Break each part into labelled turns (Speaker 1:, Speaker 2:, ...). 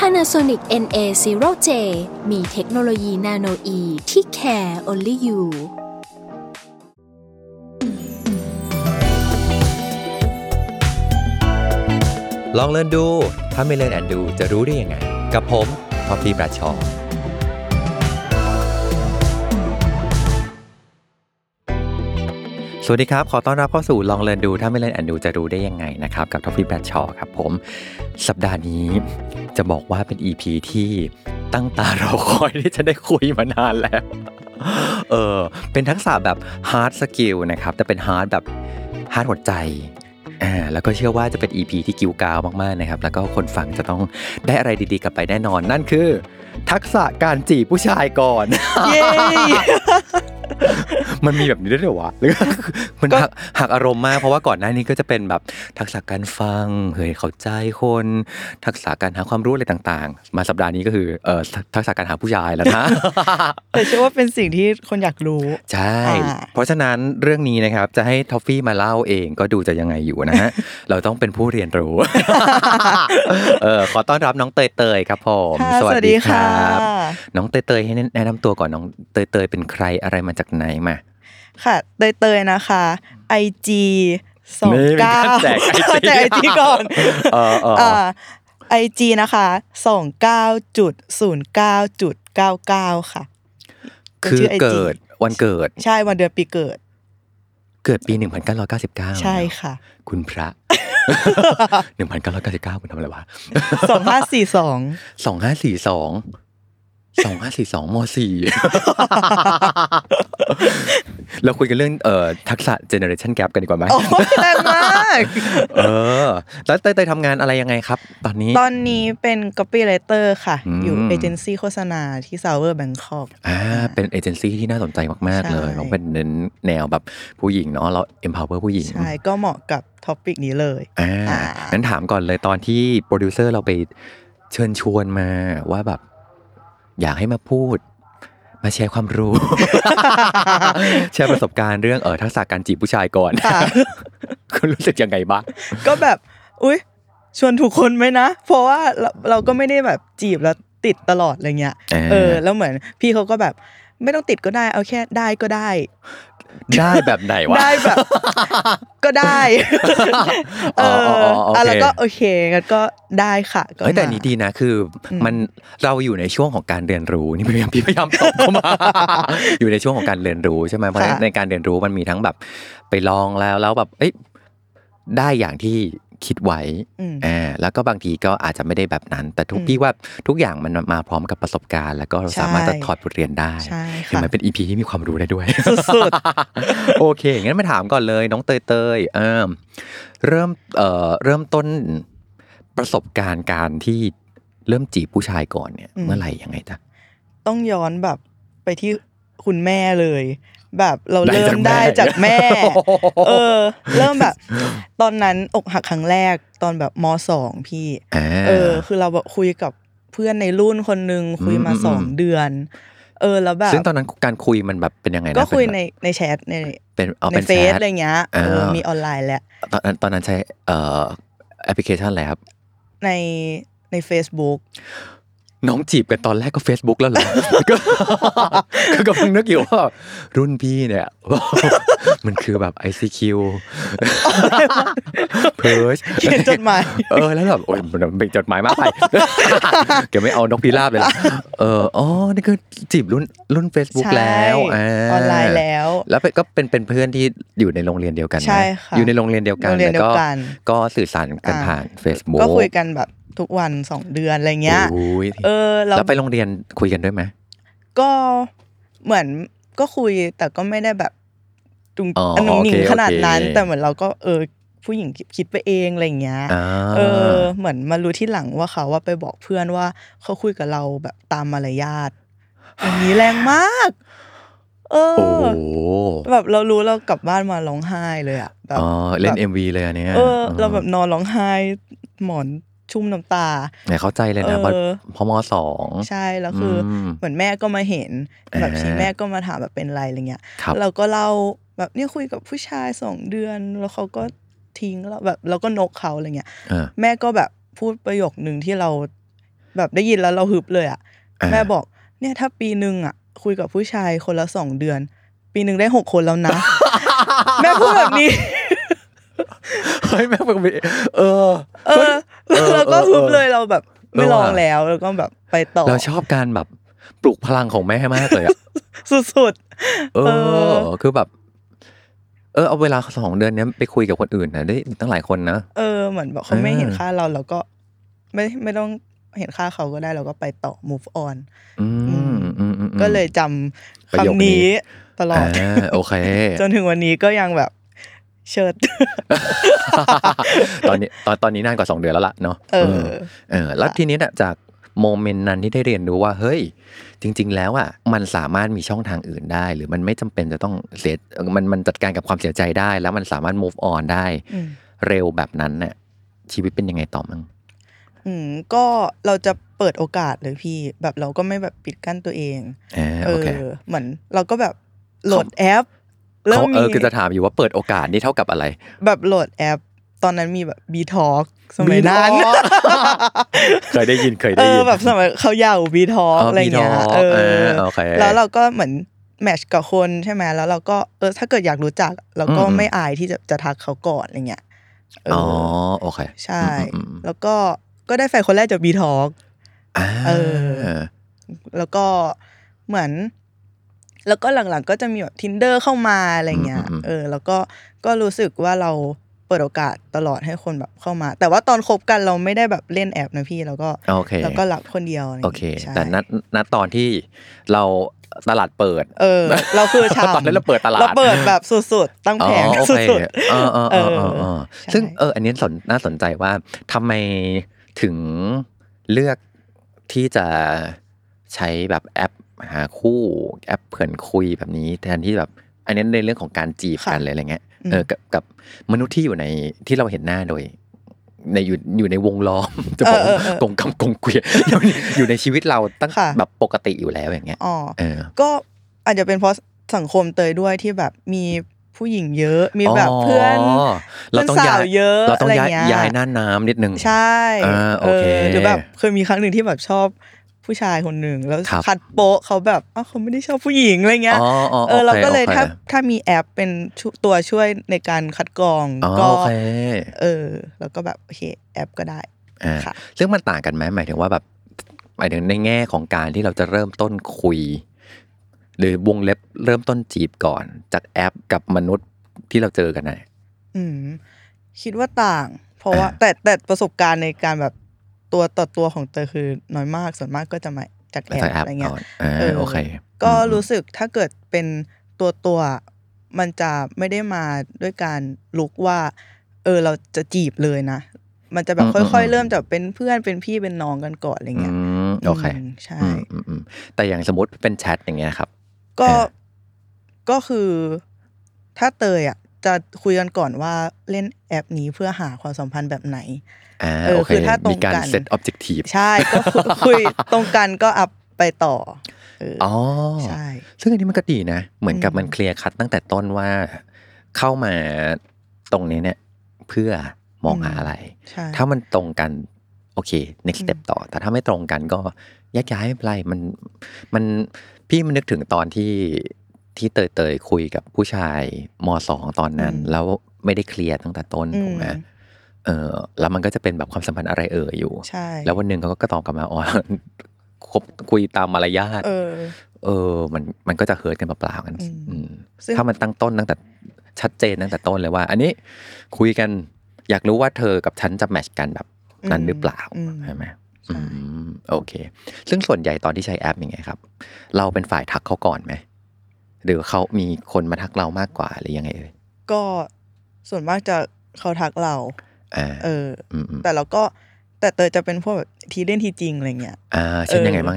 Speaker 1: Panasonic NA0J มีเทคโนโลยีนาโนอีที่ care only you
Speaker 2: ลองเล่นดู ถ้าไม่เล่นแอนดูจะรู้ได้ยังไง กับผมท็อฟฟี่ประชอสวัสดีครับ ขอต้อนรับเข้าสู่ลองเล่นดู ถ้าไม่เล่นแอนดูจะรู้ได้ยังไงนะครับ กับท็อฟฟี่ประชอครับผม สัปดาห์นี้จะบอกว่าเป็น EP ีที่ตั้งตารอคอยที่จะได้คุยมานานแล้ว เออ เป็นทักษะแบบ hard skill นะครับ แต่เป็น hard แบบ hard หัวใจ อ่าแล้วก็เชื่อว่าจะเป็น EP ีที่กิ้วกาวมาก ๆ นะครับ แล้วก็คนฟังจะต้องได้อะไรดีๆ กลับไปแน่นอน นั่นคือ ทักษะการจีบผู้ชายก่อน
Speaker 3: เย้
Speaker 2: มันมีแบบนี้ด้วยเหรอวะหรือมันหักหักอารมณ์มาก เพราะว่าก่อนหน้านี้ก็จะเป็นแบบทักษะการฟังเฮ้ยเข้าใจคน ทักษะการหาความรู้อะไรต่างๆ มาสัปดาห์นี้ก็คือเอ่อทักษะการหาผู้ชายแล้วนะ
Speaker 3: แต่เชื่อว่าเป็นสิ่งที่คนอยากรู้
Speaker 2: ใช่
Speaker 3: อ่า
Speaker 2: เพราะฉะนั้นเรื่องนี้นะครับ จะให้ทอฟฟี่มาเล่าเองก็ดูจะยังไงอยู่นะ ฮะ เราต้องเป็นผู้เรียนรู้ เออขอต้อนรับน้องเตยเตยๆครับผม
Speaker 3: ค่ะสวัสดีค่ะ
Speaker 2: บน้องเตยเตยๆให้แนะนำตัวก่อนน้องเตยเตยๆเป็นใครอะไรมาจากไหนมา
Speaker 3: ค่ะเตยเตยๆนะคะ IG สอง
Speaker 2: นี่เป็น
Speaker 3: เก้า
Speaker 2: การแจก
Speaker 3: แจกไอจีก่อน
Speaker 2: เออเออ
Speaker 3: อ่าไอจีนะคะสองเก้าจุดศูนย์เก้าจุดเก้าเก้าค่ะป็น
Speaker 2: คือ
Speaker 3: ชื่ IG
Speaker 2: เกิดวันเกิด
Speaker 3: ใช่วันเดือนปีเกิด
Speaker 2: เกิดปี 1999
Speaker 3: ใช่ค่ะ
Speaker 2: คุณพระ 1999คุณทำอะไรวะ
Speaker 3: สองห้าสี่ส อง
Speaker 2: สองห้าสี่สองสองห้าสี่สองมสี่ เราคุยกันเรื่องเอ่อทักษะ generation gap กันดีกว่าไหม
Speaker 3: โอ้ยแรงมาก
Speaker 2: เออ แล้วเตยๆทำงานอะไรยังไงครับ ตอนนี้
Speaker 3: ตอนนี้เป็น copywriter ค่ะ
Speaker 2: อืม
Speaker 3: อยู่เอเจนซี่โฆษณาที่ Sour Bangkok
Speaker 2: อ่าเป็นเอเจนซี่ที่น่าสนใจมาก ๆ เลย
Speaker 3: ใช่
Speaker 2: เราเป็นเน้นแนวแบบผู้หญิงเนาะเรา empower ผู้หญิง
Speaker 3: ใช่ก็เหมาะกับท็อปิกนี้เลย
Speaker 2: อ่า
Speaker 3: อ่า
Speaker 2: งั้นถามก่อนเลยตอนที่โปรดิวเซอร์เราไปเชิญชวนมาว่าแบบ อยากให้มาพูด มาแชร์ความ รู้ แชร์ประสบการณ์เรื่องเออทักษะการจีบผู้ชาย ก่อน
Speaker 3: ค่ะ
Speaker 2: คุณรู้สึกยังไงบ้าง
Speaker 3: ก็แบบอุ๊ย ชวนถูกคนไหมนะ เพราะว่าเราเราก็ไม่ได้แบบจีบแล้วติดตลอดอะไรเงี้ย เออ แล้วเหมือนพี่เขาก็แบบไม่ต้องติดก็ได้ เอาแค่ได้ก็ได้
Speaker 2: ได้แบบไหนวะ
Speaker 3: ได้แบบ ก็ได้ เออ
Speaker 2: ออ๋ออ๋อโอเค
Speaker 3: อ่ะแล้วก็โอเคงั้นก็ได้ค่ะก็
Speaker 2: เฮ้ยแต่
Speaker 3: มา
Speaker 2: นี้ดีนะคืออ
Speaker 3: ม
Speaker 2: มันเราอยู่ในช่วงของการเรียนรู้นี่พยายามพี่พยายาม ตอบเข้ามา อยู่ในช่วงของการเรียนรู้ใช่ไหมเพราะฉะนั้นในการเรียนรู้มันมีทั้งแบบ ไปลองแล้วแล้วแบบเอ้ยได้อย่างที่คิดไว้
Speaker 3: อืม
Speaker 2: อ่าแล้วก็บางทีก็อาจจะไม่ได้แบบนั้น แต่ทุก
Speaker 3: อืม
Speaker 2: พี่ว่าทุกอย่างมันมาพร้อมกับประสบการณ์ แล้วก็เราสามารถ
Speaker 3: ใช่
Speaker 2: จะถอดบทเรียนได้
Speaker 3: ใช่
Speaker 2: เห็น
Speaker 3: ค่ะ
Speaker 2: ไหมเป็นอีพีที่มีความรู้ได้ด้วย
Speaker 3: สุด
Speaker 2: ๆ โอเค งั้นมาถามก่อนเลยน้องเตยเตยๆเอิ่มเริ่มเอ่อเริ่มต้นประสบการณ์การที่เริ่มจีบผู้ชายก่อนเนี่ย
Speaker 3: อืม
Speaker 2: เมื่อไหร่ยังไงจ๊ะ
Speaker 3: ต้องย้อนแบบไปที่คุณแม่เลย แบบเรา
Speaker 2: ได้
Speaker 3: เริ่
Speaker 2: จาก
Speaker 3: ม
Speaker 2: แม่
Speaker 3: ได้จากแม่
Speaker 2: โอ้ โห
Speaker 3: เออ เริ่มแบบ ตอนนั้นอกหักครั้งแรกตอนแบบมสองพี่
Speaker 2: อ่า
Speaker 3: เออ คือเราแบบคุยกับเพื่อนในรุ่นคนนึงคุยมา
Speaker 2: อืมอืม
Speaker 3: สองเดือน เออแล้วแบบ
Speaker 2: ซึ่งตอนนั้นการคุยมันแบบเป็นยังไงนะ
Speaker 3: ก็คุย
Speaker 2: เป็
Speaker 3: ใน
Speaker 2: แบบ
Speaker 3: ในแชทใน
Speaker 2: เป็นเอา
Speaker 3: ใน
Speaker 2: เป็น
Speaker 3: เฟซ
Speaker 2: แชท
Speaker 3: อะไรเงี้ยเออ
Speaker 2: อ่ามี
Speaker 3: มีออนไลน์แหละ
Speaker 2: ตอนนั้นตอนนั้นใช้เอ่อแอปพลิเคชันอะไรครับ
Speaker 3: ในใน Facebook
Speaker 2: น้องจีบกันตอนแรกก็ Facebook แล้วเหรอ ก็ ก็กำลังนึกอยู่ว่า รุ่นพี่เนี่ย มันคือแบบ ICQ เพิร์ช
Speaker 3: เขียนจดหมาย
Speaker 2: เออแล้วแบบโอ้ยมันเป็นจดหมายมากไป เดี๋ยวไม่เอานกพิราบเลยล่ะเอออ๋อนี่คือจีบรุ่นรุ่น Facebook
Speaker 3: ใช่
Speaker 2: แล้วา
Speaker 3: ออนไลน์แล้ว
Speaker 2: แล้วเป็นก็เป็นเป็นเพื่อนที่อยู่ในโรงเรียนเดียวกันไหม
Speaker 3: ใช่ค่ะ
Speaker 2: อยู่ในโรงเรียนเดียวกัน
Speaker 3: โรงเรียนเดียวกัน
Speaker 2: แล้วก็ก็สื่อสารกันผ่าน Facebook
Speaker 3: ก็คุยกันแบบทุกวันสองเดือนอะไรเงี้ย
Speaker 2: โอ้ย
Speaker 3: เออ
Speaker 2: แล้ว
Speaker 3: เรา
Speaker 2: ไปโรงเรียนคุยกันด้วยไหม
Speaker 3: ก็เหมือนก็คุยแต่ก็ไม่ได้แบบจุง
Speaker 2: อ๋อ
Speaker 3: นุงหนิง
Speaker 2: โอเค
Speaker 3: ขนาดนั้น
Speaker 2: โอเค
Speaker 3: แต่เหมือนเราก็เออ ผู้หญิงคิดไปเองอะไรอย่างเงี้ย
Speaker 2: อ่า
Speaker 3: เออเหมือนมารู้ที่หลังว่าเขาว่าไปบอกเพื่อนว่าเขาคุยกับเราแบบตามมารยา ทอย่างนี้แรงมาก เอ
Speaker 2: โอ้
Speaker 3: อ
Speaker 2: โห
Speaker 3: แบบเรารู้เรากลับบ้านมาร้องไห้เลยอ่ะแบบ
Speaker 2: อ๋อเล่น
Speaker 3: แบบ
Speaker 2: MV เลยอันเนี้ย
Speaker 3: เออ เราแบบนอนร้องไห้ หมอนชุ่มน้ำตา
Speaker 2: เนี่ยเข้าใจเลยนะเพราะ
Speaker 3: เออ
Speaker 2: เพราะมสอง
Speaker 3: ใช่แล้วคืออ
Speaker 2: ม
Speaker 3: เหมือนแม่ก็มาเห็นแบบ
Speaker 2: อ่า
Speaker 3: ชี้แม่ก็มาถามแบบเป็นไรอะไรเงี้ย
Speaker 2: ครับ
Speaker 3: เราก็เล่าแบบเนี่ยคุยกับผู้ชายสองเดือน แล้วเขาก็ทิ้งเราแบบเราก็นกเขาอะไรเงี้ย
Speaker 2: เออ
Speaker 3: แม่ก็แบบพูดประโยคหนึ่งที่เราแบบได้ยินแล้วเราฮึบเลยอ่ะ
Speaker 2: อ่า
Speaker 3: แม่บอกเนี่ยถ้าปีหนึ่งอ่ะ คุยกับผู้ชายคนละสองเดือน ปีหนึ่งได้หกคนแล้วนะ แม่พูดแบบนี้
Speaker 2: เฮ้ยแม่งเป็นเออ
Speaker 3: เออ
Speaker 2: เออ
Speaker 3: เราก็
Speaker 2: เออ
Speaker 3: ฮึบเลยเราแบบไม่
Speaker 2: เออ
Speaker 3: ล
Speaker 2: ว่ะ
Speaker 3: องแล้วแล้วก็แบบไปต่อ
Speaker 2: เราชอบการแบบปลุกพลังของแม่มากเลยอะ
Speaker 3: สุด
Speaker 2: เอ
Speaker 3: เอ
Speaker 2: อ
Speaker 3: อ
Speaker 2: คือแบบ เออเอาเวลาสองเดือนเนี้ยไปคุยกับคนอื่นนะได้ตั้งหลายคนนะ
Speaker 3: ๆเออเหมือนแบบเขาไม่เห็น
Speaker 2: เออ
Speaker 3: ค่าเราเราก็ไม่ไม่ต้องเห็นค่าเขาก็ได้เราก็ไปต่อ move on
Speaker 2: อืมอืมอืม
Speaker 3: ก็เลยจำ
Speaker 2: ประโยค
Speaker 3: คำ
Speaker 2: นี้
Speaker 3: นี้ตลอด
Speaker 2: อ่าโอเค
Speaker 3: จนถึงวันนี้ก็ยังแบบเชิด
Speaker 2: ตอนนี้ตอนตอนนี้นานกว่าสองเดือนแล้วล่ะเนาะ
Speaker 3: เออ
Speaker 2: เออเออ แล้วทีนี้น่ะจากโมเมนต์นั้นที่ได้เรียนรู้ว่า เฮ้ย จริง ๆ แล้วอ่ะมันสามารถมีช่องทางอื่นได้ หรือมันไม่จำเป็นจะต้องเสียเออมันมันจัดการกับความเสียใจได้ แล้วมันสามารถ move on ได้
Speaker 3: อืม
Speaker 2: เร็วแบบนั้นเนี่ยชีวิตเป็นยังไงต่อมั้ง
Speaker 3: อืมก็เราจะเปิดโอกาสเลยพี่ แบบเราก็ไม่แบบปิดกั้นตัวเอง
Speaker 2: อ่าโอเค
Speaker 3: เหมือนเราก็แบบโหลดแอปเริ่
Speaker 2: เขา
Speaker 3: ม
Speaker 2: เอ
Speaker 3: มี
Speaker 2: อคือจะถามอยู่ว่าเปิดโอกาสนี่เท่ากับอะไร
Speaker 3: แบบโหลดแอป ตอนนั้นมีแบบบีทอกสมัยนั้น
Speaker 2: บีทอ เคยได้ยินเคย
Speaker 3: เอ
Speaker 2: ได้ยิ
Speaker 3: อน แบบสมัยเขายาวบีทอกอะไรเงี้ย
Speaker 2: บีท
Speaker 3: เอ
Speaker 2: อ
Speaker 3: อ
Speaker 2: อโอเค
Speaker 3: แล้วเราก็เหมือนแมทชกับคนใช่ไหมแล้วเราก็เออถ้าเกิดอยากรู้จัก เราก็
Speaker 2: อืม
Speaker 3: ไม่อายที่จะจะทักเขาก่อนอะไรเงี้ยเออ
Speaker 2: อ๋อ
Speaker 3: อ
Speaker 2: โอเค
Speaker 3: ใช่
Speaker 2: อืมอืมอืม
Speaker 3: แล้วก็ก็ได้แฟนคนแรกจากบีทอก
Speaker 2: อ่า
Speaker 3: เออ แล้วก็เหมือน แล้วก็หลังๆก็จะมีแบบ tinder เข้ามาอะไรเงี้ย เออ แล้วก็ก็รู้สึกว่าเราเปิดโอกาสตลอดให้คนแบบเข้ามา แต่ว่าตอนคบกันเราไม่ได้แบบเล่นแอปนะพี่ แล้วก็
Speaker 2: โอเค
Speaker 3: แล้วก็รับคนเดียวะไรงี้ย
Speaker 2: โอเค
Speaker 3: ใช่
Speaker 2: แต่ณณตอนที่เราตลาดเปิด
Speaker 3: เออ เราคือชา
Speaker 2: ตอนนั้นเราเปิดตลาด
Speaker 3: เราเปิดแบบสุดๆตั้ง
Speaker 2: อ๋
Speaker 3: แผ
Speaker 2: อง โอ
Speaker 3: ส
Speaker 2: เคุ
Speaker 3: ดๆ
Speaker 2: เออเออเออเออเออ
Speaker 3: ใช่
Speaker 2: ซึ่งเออ อันนี้สนน่าสนใจว่าทำไมถึงเลือกที่จะใช้แบบแอปหาคู่แอปเพื่อนคุยแบบนี้แทนที่แบบ อันนี้ในเรื่องของการจีบกันเลยอะไรเงี้ยเออกับกับมนุษย์ที่อยู่ในที่เราเห็นหน้าโดย ในอยู่อยู่ในวงล้อม จะบอก
Speaker 3: เออเออเออก
Speaker 2: งกำกงเกวียน อยู่อยู่ในชีวิตเราตั้ง
Speaker 3: ค่ะ
Speaker 2: แบบปกติอยู่แล้วอย่างเงี้ย
Speaker 3: อ๋อ
Speaker 2: เออ
Speaker 3: ก็อาจจะเป็นเพราะสังคมเตยด้วยที่แบบมีผู้หญิงเยอะ มีแบบเพื่อน
Speaker 2: เราต้องย้า
Speaker 3: เพื่อนสาวย เยอะ
Speaker 2: เราต้องย้าย
Speaker 3: อะไรเงี้ย
Speaker 2: ย้ายหน้าน้ำนิดนึง
Speaker 3: ใช่
Speaker 2: อ่าโอเค
Speaker 3: หรือแบบเคยมีครั้งหนึ่งที่แบบชอบผู้ชายคนหนึ่งแล้ว
Speaker 2: ครับ
Speaker 3: คัดโปะเขาแบบอ้าวเขาไม่ได้ชอบผู้หญิงอะไรเงี้ย
Speaker 2: อ๋ออ๋อ
Speaker 3: เออเราก็เลยถ้า
Speaker 2: โอค
Speaker 3: ถ้ามีแอปเป็นชุตัวช่วยในการคัดกรอง
Speaker 2: อ๋อ
Speaker 3: ก็
Speaker 2: โอเค
Speaker 3: เออ แล้วก็แบบโอเคแอปก็ได้
Speaker 2: อ่า
Speaker 3: ค่ะ
Speaker 2: ซึ่งมันต่างกันไหมหมายถึงว่าแบบหมายถึงในแง่ของการที่เราจะเริ่มต้นคุย หรือวงเล็บเริ่มต้นจีบก่อน จากแอปกับมนุษย์ที่เราเจอกันนะ
Speaker 3: อืมคิดว่าต่าง เพราะว่า
Speaker 2: อ่า
Speaker 3: แต่แต่ประสบการณ์ในการแบบตัวต่อตัวของเตยคือน้อยมากส่วนมากก็จะมาจากแอป
Speaker 2: จากแอป
Speaker 3: อะไรเงี้
Speaker 2: ก่
Speaker 3: ย
Speaker 2: อนอ่า
Speaker 3: เออ
Speaker 2: โอเค
Speaker 3: ก็
Speaker 2: อืม
Speaker 3: รู้สึกถ้าเกิดเป็นตัวตัวๆมันจะไม่ได้มาด้วยการลุกว่า เออเราจะจีบเลยนะ มันจะแบบค่อยๆ เริ่มจากเป็นเพื่อนเป็นพี่เป็นน้องกันก่อนอะไร
Speaker 2: อื
Speaker 3: เงี้ย
Speaker 2: มโอเค
Speaker 3: มใช่
Speaker 2: อืมอืมอืมแต่อย่างสมมติเป็นแชทอย่างเงี้ยครับ
Speaker 3: ก็
Speaker 2: เออ
Speaker 3: ก็คือถ้าเตยอ่ะจะคุยกันก่อนว่าเล่นแอปนี้เพื่อหาความสัมพันธ์แบบไหน
Speaker 2: อ่า
Speaker 3: เออ
Speaker 2: โอเค
Speaker 3: คือถ้าตรง
Speaker 2: มีการ
Speaker 3: กัน
Speaker 2: เซตออบเจกตีฟ
Speaker 3: ใช่ก็คุย คุยตรงกันก็อัพไปต่อเออ
Speaker 2: อ๋อ
Speaker 3: ใช่
Speaker 2: ซึ่งอันนี้มันก็ดีนะ เหมือนกับ
Speaker 3: อืม
Speaker 2: มันเคลียร์คัดตั้งแต่ต้นว่า เข้ามาตรงนี้เนี่ยเพื่อมองหาอะไร
Speaker 3: ใช่
Speaker 2: ถ้ามันตรงกัน โอเค next step ต่อ แต่ถ้าไม่ตรงกันก็แยกย้ายไม่เป็นไรมันมันพี่มันนึกถึงตอนที่ที่เตยเตยๆคุยกับผู้ชายมสองตอนนั้น แล้วไม่ได้เคลียร์ตั้งแต่ต้น
Speaker 3: อื
Speaker 2: ถูก
Speaker 3: ม
Speaker 2: ไหมเออ แล้วมันก็จะเป็นแบบความสัมพันธ์อะไรเอ่ยอยู่
Speaker 3: ใช่
Speaker 2: แล้ววันหนึ่งเขาก็ตอบกลับมา อ๋อคบคุยตามมารยาท
Speaker 3: เออ
Speaker 2: เออ มัน มันก็จะเฮิร์ตกันเปล่าๆกัน
Speaker 3: อืม
Speaker 2: อืม
Speaker 3: ซึ่ง
Speaker 2: ถ้ามันตั้งต้นตั้งแต่ชัดเจนตั้งแต่ต้นเลยว่า อันนี้คุยกันอยากรู้ว่าเธอกับฉันจะแมทชกันแบบนั้นหรือเปล่า
Speaker 3: อืม
Speaker 2: ใช่ไหม
Speaker 3: ใช่
Speaker 2: อืมโอเค ซึ่งส่วนใหญ่ตอนที่ใช้แอปยังไงครับ เราเป็นฝ่ายทักเขาก่อนไหม หรือเขามีคนมาทักเรามากกว่าหรือยังไงเอ่ย
Speaker 3: ก็ส่วนมากจะ เขาทักเรา
Speaker 2: อ่า
Speaker 3: เออ
Speaker 2: อืมอืม
Speaker 3: แต่เราก็แต่เตยจะเป็นพวกแบบทีเล่นทีจริงอะไรเงี้ย
Speaker 2: อ่าเช่นยังไงบ้าง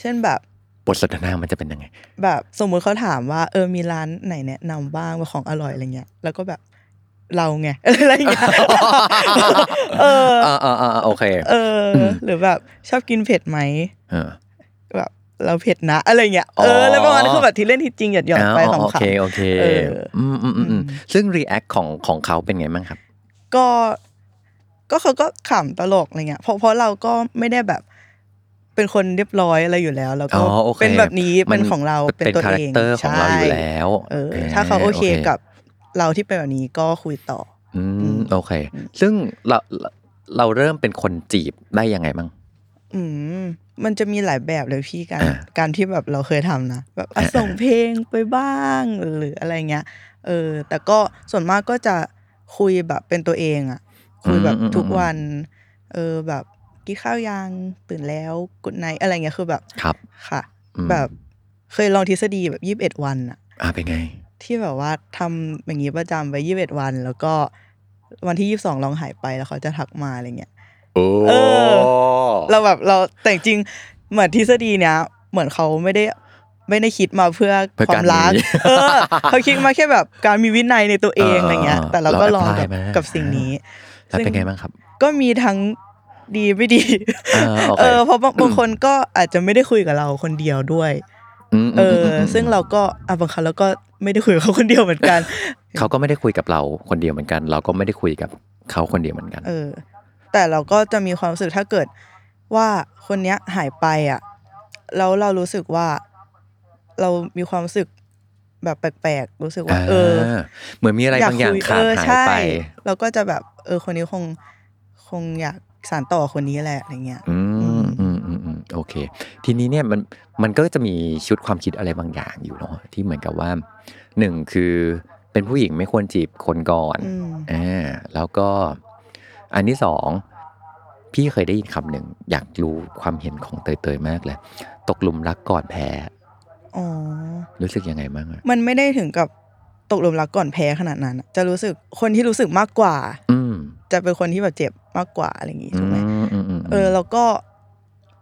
Speaker 3: เช่นแบบ
Speaker 2: บทสนทนามันจะเป็นยังไง
Speaker 3: แบบสมมุติเขาถามว่าเออมีร้านไหนแนะนำบ้างว่าของอร่อยอะไรเงี้ย แล้วก็แบบเราไง อะไรเงี้ย เออ
Speaker 2: อ่าอ่าอ่าโอเค
Speaker 3: เอออ
Speaker 2: ม
Speaker 3: หรือแบบชอบกินเผ็ดไหม
Speaker 2: เออ
Speaker 3: แบบเราเผ็ดนะอะไรเงี้ยเออ
Speaker 2: อ
Speaker 3: แล้วประมาณนั้นคือแบบทีเล่นทีจริงหยอดหยอดๆไป
Speaker 2: อ๋อ
Speaker 3: ขำ
Speaker 2: โอเค
Speaker 3: ๆ
Speaker 2: โอเค
Speaker 3: เออ
Speaker 2: อืมอืมอืม
Speaker 3: อื
Speaker 2: อืม
Speaker 3: ม
Speaker 2: ซึ่งรีแอคของของเขาเป็นไงบ้างครับ
Speaker 3: ก็ก็เขาก็ขำตลกอะไรเงี้ยเพราะเพราะเราก็ไม่ได้แบบเป็นคนเรียบร้อยอะไรอยู่แล้ว แล้ว
Speaker 2: อ๋
Speaker 3: ก็
Speaker 2: อโอเค
Speaker 3: เป็นแบบนี้เป็นของเรา
Speaker 2: มั
Speaker 3: เป็นตัว
Speaker 2: คาแร
Speaker 3: เอ
Speaker 2: ค
Speaker 3: ง
Speaker 2: เตอร์ของเราอยู่
Speaker 3: ใช่
Speaker 2: แล้ว
Speaker 3: เออ ถ้าเขาโอเคกับเราที่เป็นแบบนี้ก็คุยต่อ
Speaker 2: อื
Speaker 3: อื
Speaker 2: ม
Speaker 3: ม
Speaker 2: โอเค ซึ่งเราเราเราเริ่มเป็นคนจีบได้ยังไงบ้าง
Speaker 3: อืมมันจะมีหลายแบบเลยพี่การ
Speaker 2: อ่า
Speaker 3: การที่แบบเราเคยทำนะแบบอ่ะ
Speaker 2: อ่า
Speaker 3: ส่งเพลงไปบ้างหรืออะไรเงี้ยเออ แต่ก็ส่วนมากก็จะคุยแบบเป็นตัวเองอ่ะ คุยแบบทุกวัน เออแบบกินข้าวยังตื่นแล้วกดไนอะไรเงี้ยคือแบบ
Speaker 2: ครับ
Speaker 3: ค่ะ
Speaker 2: อืม
Speaker 3: แบบเคยลองทฤษฎีแบบยี่บเอ็ดวันอะ
Speaker 2: อ่าเป็นไง
Speaker 3: ที่แบบว่าทำอย่างนี้ประจำไปยี่บเอ็ดวัน แล้วก็วันที่ยี่บสองลองหายไปแล้วเขาจะทักมาอะไรเงี้ย
Speaker 2: โอ้
Speaker 3: เออ เราแบบเราแต่จริงๆเหมือนทฤษฎีเนี้ยเหมือนเขาไม่ได้ไม่ได้คิดมาเพื่อ
Speaker 2: เพื่อ
Speaker 3: ความรัก
Speaker 2: หนี
Speaker 3: เออเขาคิดมาแค่แบบการมีวินัยในตัวเอง
Speaker 2: เอออ
Speaker 3: อะไรเงี้ย แต่เรา
Speaker 2: เรา
Speaker 3: ก็ลองกับ
Speaker 2: apply มากั
Speaker 3: กับสิ่งนี้
Speaker 2: แล้วเป็นไงบ้างครับ
Speaker 3: ก็มีทั้งดีไม่ดี
Speaker 2: อ่า โอเค
Speaker 3: เออเพราะบางบางคนก็อาจจะไม่ได้คุยกับเราคนเดียวด้วย
Speaker 2: ม
Speaker 3: เออ
Speaker 2: มม
Speaker 3: ซึ่งเราก็อ่ะบางครั้งเราก็ไม่ได้คุยกับเขาคนเดียวเหมือนกัน
Speaker 2: เขาก็ไม่ได้คุยกับเราคนเดียวเหมือนกัน เราก็ไม่ได้คุยกับเขาคนเดียวเหมือนกัน
Speaker 3: เออ แต่เราก็จะมีความรู้สึกถ้าเกิดว่าคนเนี้ยหายไปอ่ะแล้วเรารู้สึกว่า เรามีความรู้สึกแบบแปลกๆรู้สึกว่า เออ
Speaker 2: เหมือนมีอะไรบางอย่าง
Speaker 3: คุ
Speaker 2: ขาด
Speaker 3: เออ
Speaker 2: หาย
Speaker 3: ใช่
Speaker 2: ไป
Speaker 3: เราก็จะแบบ เออ คนนี้คง คงอยากสานต่อคนนี้แหละอะไรเงี้ย
Speaker 2: อืม
Speaker 3: ม
Speaker 2: อืมอืมอืมโอเค ทีนี้เนี่ยมันมันก็จะมีชุดความคิดอะไรบางอย่างอยู่เนาะที่เหมือนกับว่าหนึ่งคือเป็นผู้หญิงไม่ควรจีบคนก่อน
Speaker 3: อืม
Speaker 2: อ่าแล้วก็อันที่สองพี่เคยได้ยินคำหนึ่งอยากรู้ความเห็นของเตยๆมากเลย ตกหลุมรักก่อนแพ้
Speaker 3: อ๋อ
Speaker 2: รู้สึกยังไงบ้างอะ
Speaker 3: มันไม่ได้ถึงกับตกหลุมรักก่อนแพ้ขนาดนั้นอะจะรู้สึกคนที่รู้สึกมากกว่า
Speaker 2: อืม
Speaker 3: จะเป็นคนที่แบบเจ็บมากกว่าอะไรอย่างงี้
Speaker 2: อื
Speaker 3: ถูก
Speaker 2: ม
Speaker 3: ไหม
Speaker 2: อืมม
Speaker 3: เออแล้วก็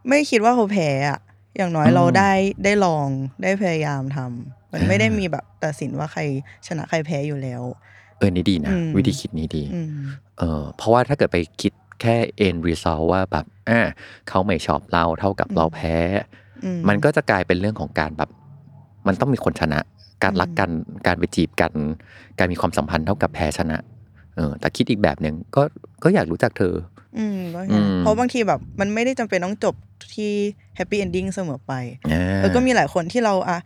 Speaker 3: ไม่คิดว่าเขาแพ้อะอย่างน้อย
Speaker 2: อืม
Speaker 3: เราได้ได้ลองได้พยายามทำมัน
Speaker 2: อ่า
Speaker 3: ไม่ได้มีแบบตัดสินว่าใครชนะใครแพ้อยู่แล้ว
Speaker 2: เออนี่ดีนะ
Speaker 3: อืม
Speaker 2: วิธีคิดนี้ดี
Speaker 3: อืม
Speaker 2: เออเพราะว่าถ้าเกิดไปคิดแค่ end result ว่าแบบอ่าเขาไม่ชอบเราเท่ากับ
Speaker 3: อืม
Speaker 2: เราแพ้
Speaker 3: อื
Speaker 2: มันก็จะกลายเป็นเรื่องของการแบบ มันต้องมีคนชนะ การรักกัน การไปจีบกัน การมีความสัมพันธ์เท่ากับแพ้ชนะ เออ แต่คิดอีกแบบหนึ่งก็ก็อยากรู้จักเธอ
Speaker 3: อืมก็
Speaker 2: อื
Speaker 3: ไง
Speaker 2: ม
Speaker 3: เพราะบางทีแบบมันไม่ได้จำเป็นต้องจบที่แฮปปี้เอนดิ้งเสมอไป
Speaker 2: อ่า
Speaker 3: แล้วก็มีหลายคนที่เราอะ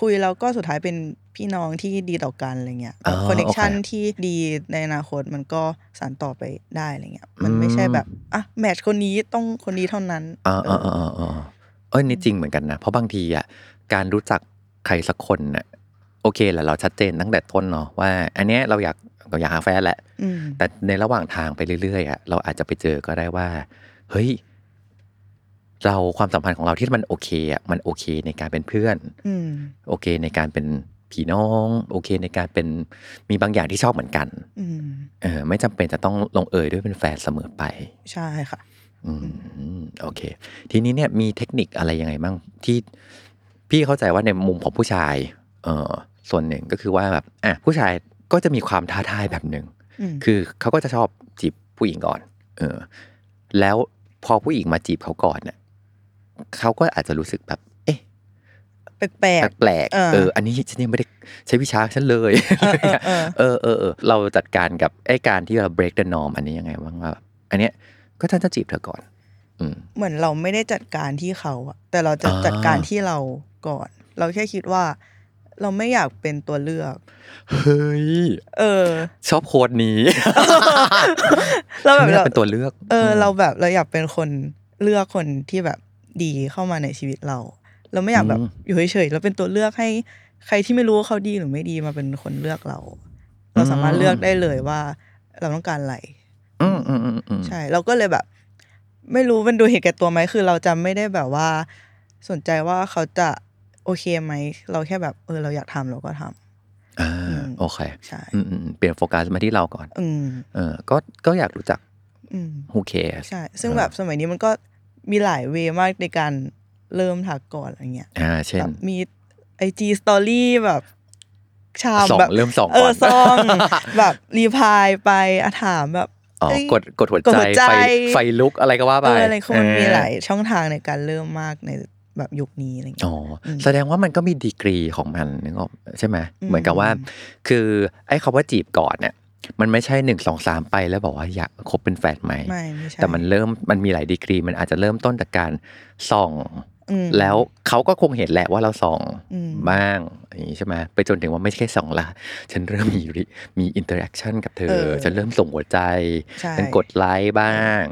Speaker 3: คุยแล้วก็สุดท้ายเป็นพี่น้องที่ดีต่อกันอะไรเงี้ย
Speaker 2: อ๋อ
Speaker 3: คอนเนคชัน
Speaker 2: โอ
Speaker 3: ที่ดีในอนาคตมันก็สานต่อไปได้อะไรเงี้ยมันไม่ใช่แบบอ่ะแมทช์คนนี้ต้องคนนี้เท่านั้น
Speaker 2: อ่าอ่าอ่าอ่าอ่าเอ้ยนี่จริงเหมือนกันนะ เพราะบางทีอ่ะการรู้จักใครสักคนน่ะโอเคแหละเราชัดเจนตั้งแต่ต้นเนาะว่า อันเนี้ยเราอยากเราอยากหาแฟนแหละ
Speaker 3: อืม
Speaker 2: แต่ในระหว่างทางไปเรื่อยๆอ่ะเราอาจจะไปเจอก็ได้ว่า เฮ้ย เราความสัมพันธ์ของเราที่มันโอเคอ่ะมันโอเคในการเป็นเพื่อน
Speaker 3: อืม
Speaker 2: โอเคในการเป็นพี่น้อง โอเคในการเป็นมีบางอย่างที่ชอบเหมือนกัน
Speaker 3: อืม
Speaker 2: เออไม่จำเป็นจะต้องลงเอยด้วยเป็นแฟนเสมอไป
Speaker 3: ใช่ค่ะ
Speaker 2: อืมโอเค ทีนี้เนี่ยมีเทคนิคอะไรยังไงบ้างที่พี่เข้าใจว่าในมุมของผู้ชาย เออส่วนหนึ่งก็คือว่าแบบอ่ะผู้ชายก็จะมีความท้าทายแบบหนึ่ง
Speaker 3: อืม
Speaker 2: คือเขาก็จะชอบจีบผู้หญิงก่อน เออ แล้วพอผู้หญิงมาจีบเขาก่อนเนี่ยเขาก็อาจจะรู้สึกแบบ เอ๊ะ
Speaker 3: แปลก
Speaker 2: แปลกๆ
Speaker 3: เออ
Speaker 2: เออ อันนี้ฉันยังไม่ได้ใช้วิชาฉัน เลย
Speaker 3: ๆเออเออเออ
Speaker 2: เออเออเออเราจัดการกับไอ้การที่เรา break the norm อันนี้ยังไงบ้างว่าแบบอันเนี้ยก็ฉันจะจีบเธอก่อน อืม
Speaker 3: เหมือนเราไม่ได้จัดการที่เขาอะแต่เราจะ
Speaker 2: อ่า
Speaker 3: จัดการที่เราก่อน เราแค่คิดว่า เราไม่อยากเป็นตัวเลือก
Speaker 2: เฮ้ย
Speaker 3: เออ
Speaker 2: ชอบโค้ดนี้
Speaker 3: เราแบบ
Speaker 2: ไม่ได้
Speaker 3: เรา
Speaker 2: เป็นตัวเลือก
Speaker 3: เออ เราแบบเราอยากเป็นคนเลือกคนที่แบบดีเข้ามาในชีวิตเรา เราไม่อยากแบบอยู่เฉยๆเราเป็นตัวเลือกให้ ใครที่ไม่รู้ว่าเขาดีหรือไม่ดีมาเป็นคนเลือกเรา เราสามารถเลือกได้เลยว่า เราต้องการอะไร
Speaker 2: อืมอืมอืมอืม
Speaker 3: ใช่เราก็เลยแบบ ไม่รู้มันดูเห็นแก่ตัวไหมคือ เราจะไม่ได้แบบว่า สนใจว่าเขาจะโอเคไหม เราแค่แบบ เออ เราอยากทำเราก็ทำ
Speaker 2: อ่า
Speaker 3: อืม
Speaker 2: โอเค
Speaker 3: ใช่
Speaker 2: อืมอืมอืมเปลี่ยนโฟกัสมาที่เราก่อน
Speaker 3: อืม
Speaker 2: เออก็ก็อยากรู้จัก
Speaker 3: อืม
Speaker 2: who cares
Speaker 3: ใช่ ซึ่งแบบสมัยนี้มันก็มีหลายเวย์มากในการเริ่มถักก่อนอะไรเงี้ย
Speaker 2: อ่า เช่
Speaker 3: แบ
Speaker 2: น
Speaker 3: บมีไอจีสตอรี่แบบชาม
Speaker 2: สอง
Speaker 3: แบบ
Speaker 2: เริ่มสอง
Speaker 3: เอ
Speaker 2: ก่อ
Speaker 3: อน ซอง แบบรีพายไปอะถามแบบ
Speaker 2: อ๋อ
Speaker 3: เอ้ย
Speaker 2: กดกดหัว
Speaker 3: กด
Speaker 2: ใจ
Speaker 3: หัวใจ
Speaker 2: ไฟไฟลุกอะไรก็ว่า
Speaker 3: เอ
Speaker 2: ไป
Speaker 3: ออะไรคือมันมี
Speaker 2: เออ
Speaker 3: หลายช่องทางในการเริ่มมากในแบบยุคนี้อะไรเงี้ย
Speaker 2: อ๋ออ
Speaker 3: ม
Speaker 2: แสดงว่ามันก็มีดีกรีของมันนึกออกใช่ไหม
Speaker 3: อืม
Speaker 2: เหมือนกับว่า คือไอ้คำว่าจีบก่อนเนี่ย มันไม่ใช่หนึ่งสองสามไปแล้วบอกว่าอยากคบเป็นแฟนไหม
Speaker 3: ไม่ไม่ใช่
Speaker 2: แต่มันเริ่มมันมีหลายดีกรี มันอาจจะเริ่มต้นจากการส่อง
Speaker 3: อืม
Speaker 2: แล้วเขาก็คงเห็นแหละว่าเราส่อง
Speaker 3: อืม
Speaker 2: บ้างอย่างนี้ใช่ไหมไปจนถึงว่าไม่ใช่แค่ส่องละฉันเริ่มมีริมีอินเตอร์แอคชั่นกับเธอ ฉันเริ่มส่งหัวใจ
Speaker 3: ใช่
Speaker 2: ฉันกดไลค์บ้าง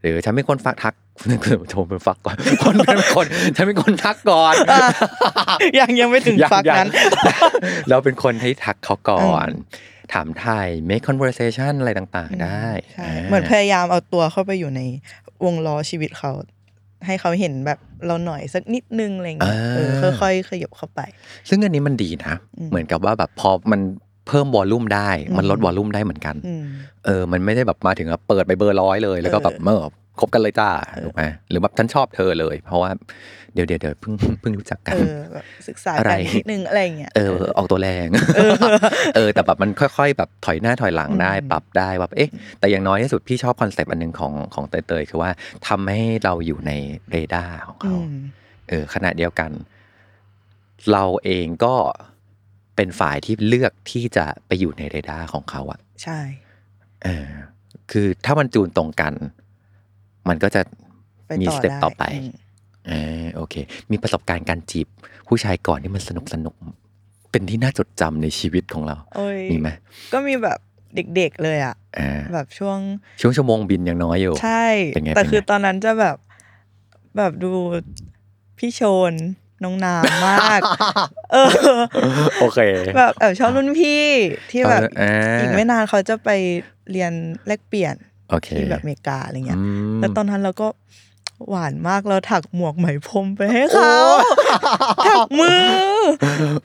Speaker 2: หรือฉันเป็นคนฟักทักโทรเป็นฟักก่อน คนเป็นคน ฉันเป็นคนทักก่อน
Speaker 3: อ่ะ ยังยังไม่ถึง
Speaker 2: ยัง
Speaker 3: ฟัก
Speaker 2: ยัง
Speaker 3: นั้น
Speaker 2: เราเป็นคนให้ทักเขาก่อน ถามไทย make conversation อะไรต่างๆ ได้
Speaker 3: ใช่
Speaker 2: า
Speaker 3: เหมือนพยายามเอาตัวเข้าไปอยู่ในวงล้อชีวิตเขา ให้เขาเห็นแบบเราหน่อยสักนิดนึงอะไรเงี้ย
Speaker 2: อ่า
Speaker 3: เออค่อยๆ ขยับเข้าไป
Speaker 2: ซึ่งอันนี้มันดีนะ
Speaker 3: อืม
Speaker 2: เหมือนกับว่าแบบพอมันเพิ่มวอลลุ่มได้ มัน
Speaker 3: อืม
Speaker 2: ลดวอลลุ่มได้เหมือนกัน
Speaker 3: อืม
Speaker 2: เออ มันไม่ได้แบบมาถึงแล้วเปิดไปเบอร์ร้อยเลย แล้วก็แบบ
Speaker 3: เออ
Speaker 2: เมื่อคบกันเลยจ้าถูกไหมหรือแบบฉันชอบเธอเลย เพราะว่าเดี๋ยวเดี๋ยวเดี๋ยวเพิ่งเพิ่งรู้จักกั
Speaker 3: เอน อแบบศึกษา
Speaker 2: อะไร
Speaker 3: กันนิดนึงอะไรเงี้ย
Speaker 2: เออ ออกตัวแรง เออ แต่แบบมันค่อยๆ แบบถอยหน้าถอยหลังได้
Speaker 3: อืม
Speaker 2: ปรับได้ว่าเอ๊ะ แต่อย่างน้อยที่สุดพี่ชอบคอนเซปต์อันหนึงของของเตยๆคือว่าทำให้เราอยู่ในเรดาร์ของเขา
Speaker 3: ม
Speaker 2: เออขณะเดียวกัน เราเองก็เป็นฝ่ายที่เลือกที่จะไปอยู่ในเรดาร์ของเขาอะ
Speaker 3: ใช่
Speaker 2: เออ คือถ้ามันจูนตรงกัน มันก็จะ
Speaker 3: ไป
Speaker 2: มีสเต็ป
Speaker 3: ได้
Speaker 2: ต่อไป
Speaker 3: อืม
Speaker 2: เออโอเค มีประสบการณ์การจีบ ผู้ชายก่อนที่มันสนุกสนุกเป็นที่น่าจดจำในชีวิตของเรา
Speaker 3: โอ้ย
Speaker 2: มีไหม
Speaker 3: ก็มีแบบเด็กๆเลยอ่ะ
Speaker 2: อ่า
Speaker 3: แบบช่วง
Speaker 2: ช่วงชั่วโมงบินยังน้อยอยู่
Speaker 3: ใช่
Speaker 2: เป็นไง
Speaker 3: แต่
Speaker 2: เป็นไง
Speaker 3: คือตอนนั้นจะแบบแบบดูพี่โชนน้องนามมาก เออ
Speaker 2: โอเค
Speaker 3: แบบแอบชอบรุ่นพี่ที่แบบ
Speaker 2: อ่า
Speaker 3: อีกไม่นานเขาจะไปเรียนแลกเปลี่ยน
Speaker 2: โอเค
Speaker 3: ที่แบบอเมริกาอะไรเงี้ย
Speaker 2: อืม
Speaker 3: แล้วตอนนั้นเราก็หวานมากเราถักหมวกไหมพรมไปให้เขาถักมือ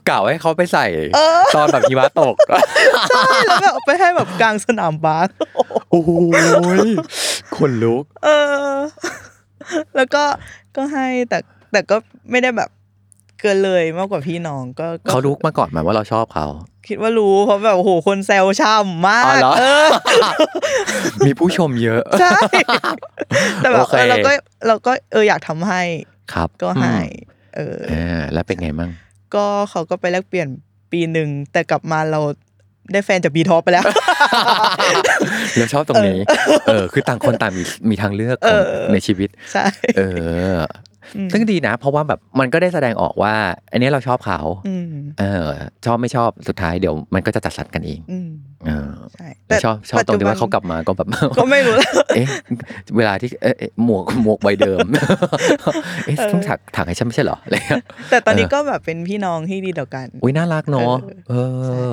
Speaker 2: กล่าวให้เขาไปใส่
Speaker 3: เออ
Speaker 2: ตอนแบบหิมะต ก
Speaker 3: ใช่แล้วแบบไปให้แบบกลางสนามบาส
Speaker 2: โอ้ยคนลุก
Speaker 3: เออ แล้วก็ก็ให้แต่แต่ก็ไม่ได้แบบเกินเลยมากกว่าพี่น้องก็ก็
Speaker 2: เขาลุกมาก่อนไหมว่าเราชอบเขา
Speaker 3: คิดว่ารู้เพราะแบบโอ้โหคนแซวช่ำมา
Speaker 2: อ๋อกเหรอ
Speaker 3: เออ
Speaker 2: มีผู้ชมเยอะ
Speaker 3: ใช่ แต่แบบ
Speaker 2: โอเค
Speaker 3: เออเราก็เราก็เอออยากทำให้
Speaker 2: ครับ
Speaker 3: ก็ให้ เออ
Speaker 2: อืมอ่าแล้วเป็นไงมั่ง
Speaker 3: ก็เขาก็ไปแลกเปลี่ยนปีหนึ่งแต่กลับมาเราได้แฟนจากบีท็อปไปแล้ว
Speaker 2: เราชอบตรงนี้ เออ คือต่างคนต่างมีมีทางเลือกของ
Speaker 3: เออ
Speaker 2: ในชีวิต
Speaker 3: ใช่
Speaker 2: เออ ซึ่งดีนะ เพราะว่าแบบมันก็ได้แสดงออกว่า อันนี้เราชอบเขา
Speaker 3: อืม
Speaker 2: เออ ชอบไม่ชอบสุดท้ายเดี๋ยวมันก็จะจัดสรรกันเอง
Speaker 3: อืม
Speaker 2: เออ
Speaker 3: ใช่
Speaker 2: แล้วชอบชอบตรงที่ว่าเขากลับมาก็แบบ
Speaker 3: ก็ไม่รู้
Speaker 2: เอ๊ะ เวลาที่เอ๊ะเอ๊ะหมวกหมวกใบเดิม เอ๊ะ
Speaker 3: เออ
Speaker 2: ต้องถักถักให้ฉันไม่ใช่เหรออะไรเงี้ย
Speaker 3: แต่ตอนนี้ก็แบบเป็นพี่น้องที่ดีต่อกัน
Speaker 2: อุ้ยน่ารักเนาะเอ
Speaker 3: เอ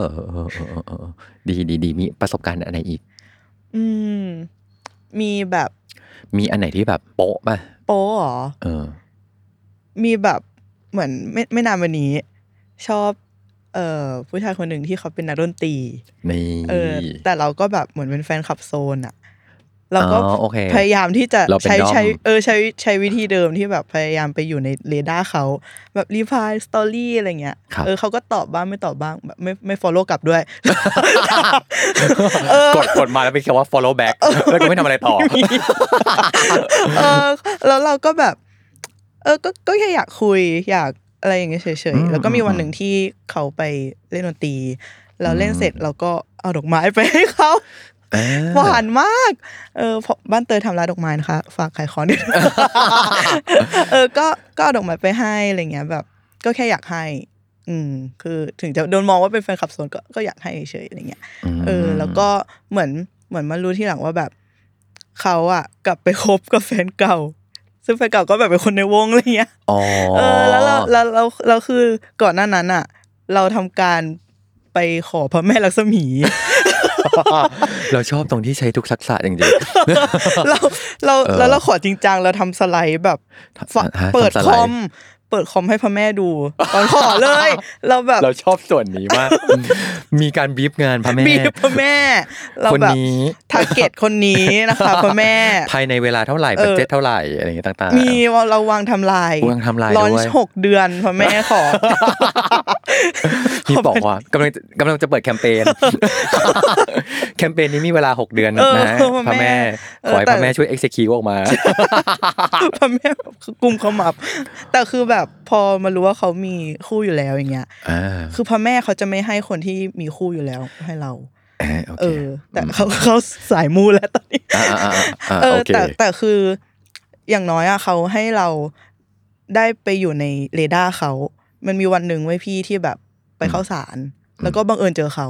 Speaker 3: อ
Speaker 2: อเออเออเออเออดีดีดีมีประสบการณ์อันไหนอีก
Speaker 3: อืม มีแบบ
Speaker 2: มีอันไหนที่แบบโป๊ะป่ะ
Speaker 3: โป๊เหรอ
Speaker 2: เออ
Speaker 3: มีแบบเหมือนไม่ไม่นานมานี้ ชอบ เอ่อผู้ชายคนหนึ่งที่เขาเป็นนักดนตรี
Speaker 2: นี่
Speaker 3: เออแต่เราก็แบบเหมือนเป็นแฟนคลับโซนอะเราก็
Speaker 2: อ๋อโอเค
Speaker 3: พยายามที่จะ
Speaker 2: เราเป็น
Speaker 3: ใช้
Speaker 2: ด้อม
Speaker 3: ใช้เออใช้ใช้วิธีเดิมที่แบบพยายามไปอยู่ในเรดาร์เขาแบบรีพายสตอรี่อะไรเงี้ย
Speaker 2: ครับ
Speaker 3: เออเขาก็ตอบบ้างไม่ตอบบ้างแบบไม่ไม่ฟอลโล่กลับด้วย
Speaker 2: กดกดมาแล้วไปเขียนว่า follow back แล้วก็ไม่ทำอะไรต่อ
Speaker 3: เออแล้วเราก็แบบ เออก็ก็แค่อยากคุยอยากอะไรอย่างเงี้ยเฉ
Speaker 2: อื
Speaker 3: ย
Speaker 2: ม
Speaker 3: ๆแล้วก็มีวัน
Speaker 2: อืม
Speaker 3: หนึ่งที่เขาไปเล่นดนตรี เราเล่น
Speaker 2: อืม
Speaker 3: เสร็จเราก็เอาดอกไม้ไปให้เขา
Speaker 2: อ่
Speaker 3: หวานมาก เออเพราะบ้านเตยทำร้านดอกไม้นะคะ ฝากขาย ของด้วย เออ ก็ ก็เอาดอกไม้ไปให้อะไรเงี้ยแบบ ก็แค่อยากให้ อืม คือถึงจะโดนมองว่าเป็นแฟนคลับโซนก็ ก็อยากให้เฉยๆอะไรเงี้ย
Speaker 2: ม
Speaker 3: เออ แล้วก็เหมือน เหมือนมารู้ที่หลังว่าแบบเขาอะกลับไปคบกับแฟนเก่า ซึ่งแฟนเก่าก็แบบเป็นคนในวงอะไรเงี้ย
Speaker 2: อ๋อ
Speaker 3: เออ แล้วเราเราเราเราคือก่อนหน้านั้นอะเราทำการไปขอพระแม่ลักษ มี
Speaker 2: เราชอบตรงที่ใช้ทุกทักษะจริง
Speaker 3: เราเรา
Speaker 2: เออ
Speaker 3: แล้วเราขอจริงจังเราทำสไลด์แบบฝ
Speaker 2: ฮะ
Speaker 3: เปิด
Speaker 2: ทำส
Speaker 3: ค
Speaker 2: ไลด์
Speaker 3: อม ปิดคอมให้พ่อแม่ดูตอนขอเลย เราแบบ
Speaker 2: เราชอบส่วนนี้ มาก มีการบีบงานพระแม่
Speaker 3: บีบพ่อแม่ เรา
Speaker 2: คน
Speaker 3: แบบ
Speaker 2: นี้
Speaker 3: ทาร์เก็ตคนนี้นะคะพ่อแม่
Speaker 2: ภายในเวลาเท่าไหร่
Speaker 3: เออ
Speaker 2: บัตเจ็ตเท่าไหร่อะไรอย่างเงี้ยต่าง
Speaker 3: มีเราวางไทำลายว
Speaker 2: างไทม์ไลน์
Speaker 3: ลอน
Speaker 2: ด้วย
Speaker 3: หกเดือนพ่อแม่ขอ
Speaker 2: ๆที่บอกว่ากำลังกำลังจะเปิดแคมเปญ แคมเปญนี้มีเวลา 6 เดือน
Speaker 3: เออ
Speaker 2: นะพ
Speaker 3: พ
Speaker 2: ระ
Speaker 3: ระแม่
Speaker 2: แม่
Speaker 3: เอ
Speaker 2: ข
Speaker 3: อ
Speaker 2: อให้พ
Speaker 3: แต่
Speaker 2: ระแม่ช่วย execute ออกมา
Speaker 3: พ่อแม่คือกลุ่มเขามับ แต่คือแบบพอมารู้ว่าเขามีคู่อยู่แล้วอย่างเงี้ย
Speaker 2: อ่า
Speaker 3: คือพ่อแม่เขาจะไม่ให้คนที่มีคู่อยู่แล้วให้เรา
Speaker 2: เออโอ
Speaker 3: เอ
Speaker 2: เค
Speaker 3: อ แต่ เขาเขาสายมูแล้วตอนนี้
Speaker 2: อ่าอ่าอ่าอ่า
Speaker 3: เอ
Speaker 2: โอ
Speaker 3: อ
Speaker 2: เค
Speaker 3: แต่แต่คืออย่างน้อยอะเขาให้เราได้ไปอยู่ในเรดาร์เขา มันมีวันหนึ่งไว้ยพี่ที่แบบไปเข้าสาร แล้วก็บังเอิญเจอเขา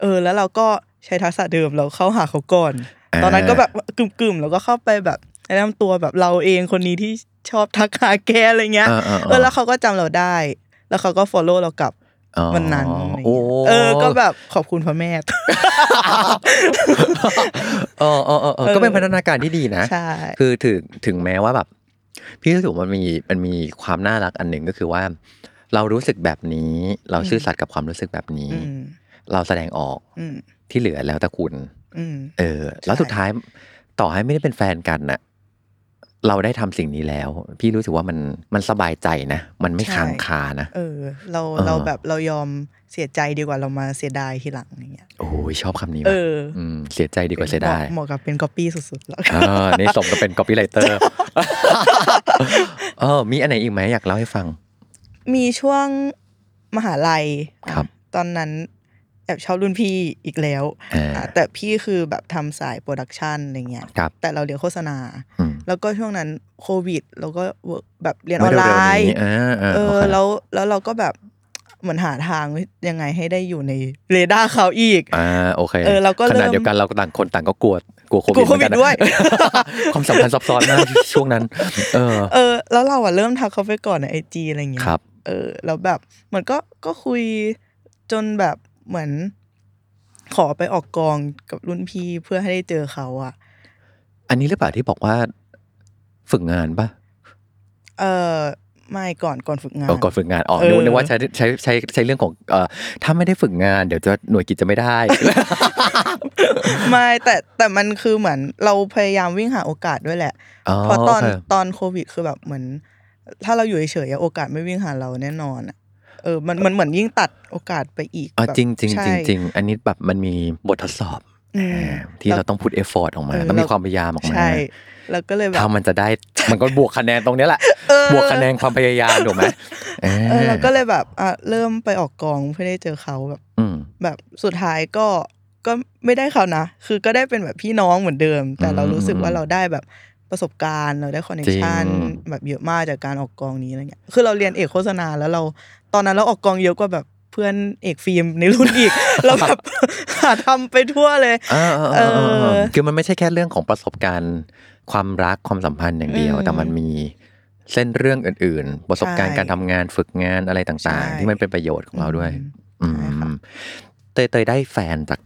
Speaker 3: เออ แล้วเราก็ใช้ทักษะเดิมเราเข้าหาเขาก่อน ตอนนั้นก็แบบกึ่มๆ แล้วก็เข้าไปแบบแนะนำตัวแบบเราเองคนนี้ที่ชอบทักหาแกอะไรเงี้ย
Speaker 2: าาา
Speaker 3: เออแล้วเขาก็จำเราได้ แล้วเขาก็ follow เรากลับ
Speaker 2: อ๋อ
Speaker 3: วันนั้นอะไร
Speaker 2: โอ้
Speaker 3: เงี้ยเออ ก็แบบขอบคุณพ่อ แม่
Speaker 2: เออเออเออเออก็เป็นพัฒนาการที่ดีนะ
Speaker 3: ใช่
Speaker 2: คือถึงถึงแม้ว่าแบบ พี่รู้สึกว่ามันมีมันมีความน่ารักอันหนึ่งก็คือว่า เรารู้สึกแบบนี้ เราซื่อสัตย์กับความรู้สึกแบบนี้
Speaker 3: อืม
Speaker 2: เราแสดงออก
Speaker 3: อืม
Speaker 2: ที่เหลือแล้วแต่คุณ
Speaker 3: อืม
Speaker 2: เออ แล้ว
Speaker 3: ใช่
Speaker 2: สุดท้ายต่อให้ไม่ได้เป็นแฟนกันน่ะ เราได้ทำสิ่งนี้แล้ว พี่รู้สึกว่ามันมันสบายใจนะ มันไม่ค้างคานะ
Speaker 3: เออ เรา
Speaker 2: เออ
Speaker 3: เราแบบเรายอมเสียใจดีกว่าเรามาเสียดายทีหลังอย่างเงี้ย
Speaker 2: โอ้ยชอบคำนี้มา
Speaker 3: เอ
Speaker 2: ก
Speaker 3: อ
Speaker 2: มเสียใจดีกว่าเสียดาย
Speaker 3: เหมาะเหมาะกับเป็นก๊อปปี้สุดๆแล้ว
Speaker 2: เออในสมก็เป็น copywriter เออ มีอันไหนอีกไหมอยากเล่าให้ฟัง
Speaker 3: มีช่วงมหาลัย
Speaker 2: ครับ
Speaker 3: ตอนนั้นแอบชอบรุ่นพี่อีกแล้ว
Speaker 2: อ่า
Speaker 3: อ่ะแต่พี่คือแบบทำสายโปรดักชันอะไรเงี้ย
Speaker 2: ครับ
Speaker 3: แต่เราเรียนโฆษณา
Speaker 2: อืม
Speaker 3: แล้วก็ช่วงนั้นโควิด เราก็ work แบบเรียนออนไลน์
Speaker 2: เออเอ
Speaker 3: เอ
Speaker 2: อ
Speaker 3: อ
Speaker 2: แล้
Speaker 3: แล้ว วแล้วเราก็แบบเหมือนหาทางยังไงให้ได้อยู่ในเรดาร์เขาอีก
Speaker 2: อ่าโอเค
Speaker 3: เออเราก็
Speaker 2: ขนาด
Speaker 3: เริ่ม
Speaker 2: เดียวกันเราก็ต่างคนต่างก็กลัวกลัวโค
Speaker 3: ก
Speaker 2: วิด
Speaker 3: ลัวโค
Speaker 2: เห
Speaker 3: วิด
Speaker 2: มือนกันนะ
Speaker 3: ด้วย
Speaker 2: ความสัมพันธ์ซับซ้อนมาก ช่วงนั้น เออ
Speaker 3: เออแล้วเราอะเริ่มทักเขาไปก่อนในไอจีอะไรเงี้ย
Speaker 2: ครับ
Speaker 3: เออแล้วแบบมันก็ก็คุยจนแบบเหมือน ขอไปออกกองกับรุ่นพี่เพื่อให้ได้เจอเขาอะ
Speaker 2: อันนี้หรือเปล่าที่บอกว่า ฝึกงานป่ะ
Speaker 3: เออไม่ก่อนก่อนฝึกงาน
Speaker 2: เออก่อนฝึกงานออก
Speaker 3: เออ
Speaker 2: นึกว่าใช้ใช้ใช้ใช้เรื่องของเอ่อถ้าไม่ได้ฝึกงาน เดี๋ยวจะหน่วยกิจจะไม่ได้
Speaker 3: ไม่แต่แต่มันคือเหมือนเราพยายามวิ่งหาโอกาสด้วยแหละ เพราะตอน
Speaker 2: โเค
Speaker 3: ตอนโควิดคือแบบเหมือน ถ้าเราอยู่เฉยๆอะโอกาสไม่วิ่งหาเราแน่นอนอะเออมันมันเหมือนยิ่งตัดโอกาสไปอีก
Speaker 2: อ่ะ
Speaker 3: แบบ
Speaker 2: จริงจริง
Speaker 3: ใช่
Speaker 2: จริงจริงอันนี้แบบมันมีบททดสอบ
Speaker 3: อืม
Speaker 2: เออที่เราต้องพูดเอฟฟอร์ตออกมา
Speaker 3: เออ
Speaker 2: ต้องมี
Speaker 3: เรา
Speaker 2: ความพยายามออกมา
Speaker 3: ใช่ แล้วก็เลยแบบ
Speaker 2: ถ้ามันจะได้มันก็บวกคะแนนตรงเนี้ยแหละบวกคะแนนความพยายามถูกไหมเออ
Speaker 3: เออเราก็เลยแบบอ่ะเริ่มไปออกกองเพื่อได้เจอเขาแบบ
Speaker 2: อืม
Speaker 3: แบบสุดท้ายก็ก็ไม่ได้เขานะ คือก็ได้เป็นแบบพี่น้องเหมือนเดิม แต่เรารู้สึกว่าเราได้แบบประสบการณ์เราได้คอนเนคชัน
Speaker 2: จริง
Speaker 3: แบบเยอะมากจากการออกกองนี้อะไรเงี้ยคือเราเรียนเอกโฆษณาแล้วเรา ตอนนั้นเราออกกองเยอะกว่าแบบเพื่อนเอกฟิล์มในรุ่นอีก เราแบบ หาทำไปทั่วเลย
Speaker 2: อ่าอ่าอ่าอ่า
Speaker 3: เออ
Speaker 2: คือมันไม่ใช่แค่เรื่องของประสบการณ์ ความรักความสัมพันธ์อย่างเดียว
Speaker 3: อืม
Speaker 2: แต่มันมีเส้นเรื่องอื่น ๆ ประสบการณ์
Speaker 3: ใช่
Speaker 2: การทำงานฝึกงานอะไรต่าง
Speaker 3: ใช่
Speaker 2: ๆ ที่มันเป็นประโยชน์ของเราด้วย
Speaker 3: อื
Speaker 2: อื
Speaker 3: มใช่ค่ะ
Speaker 2: มเตยเตยได้แฟนจาก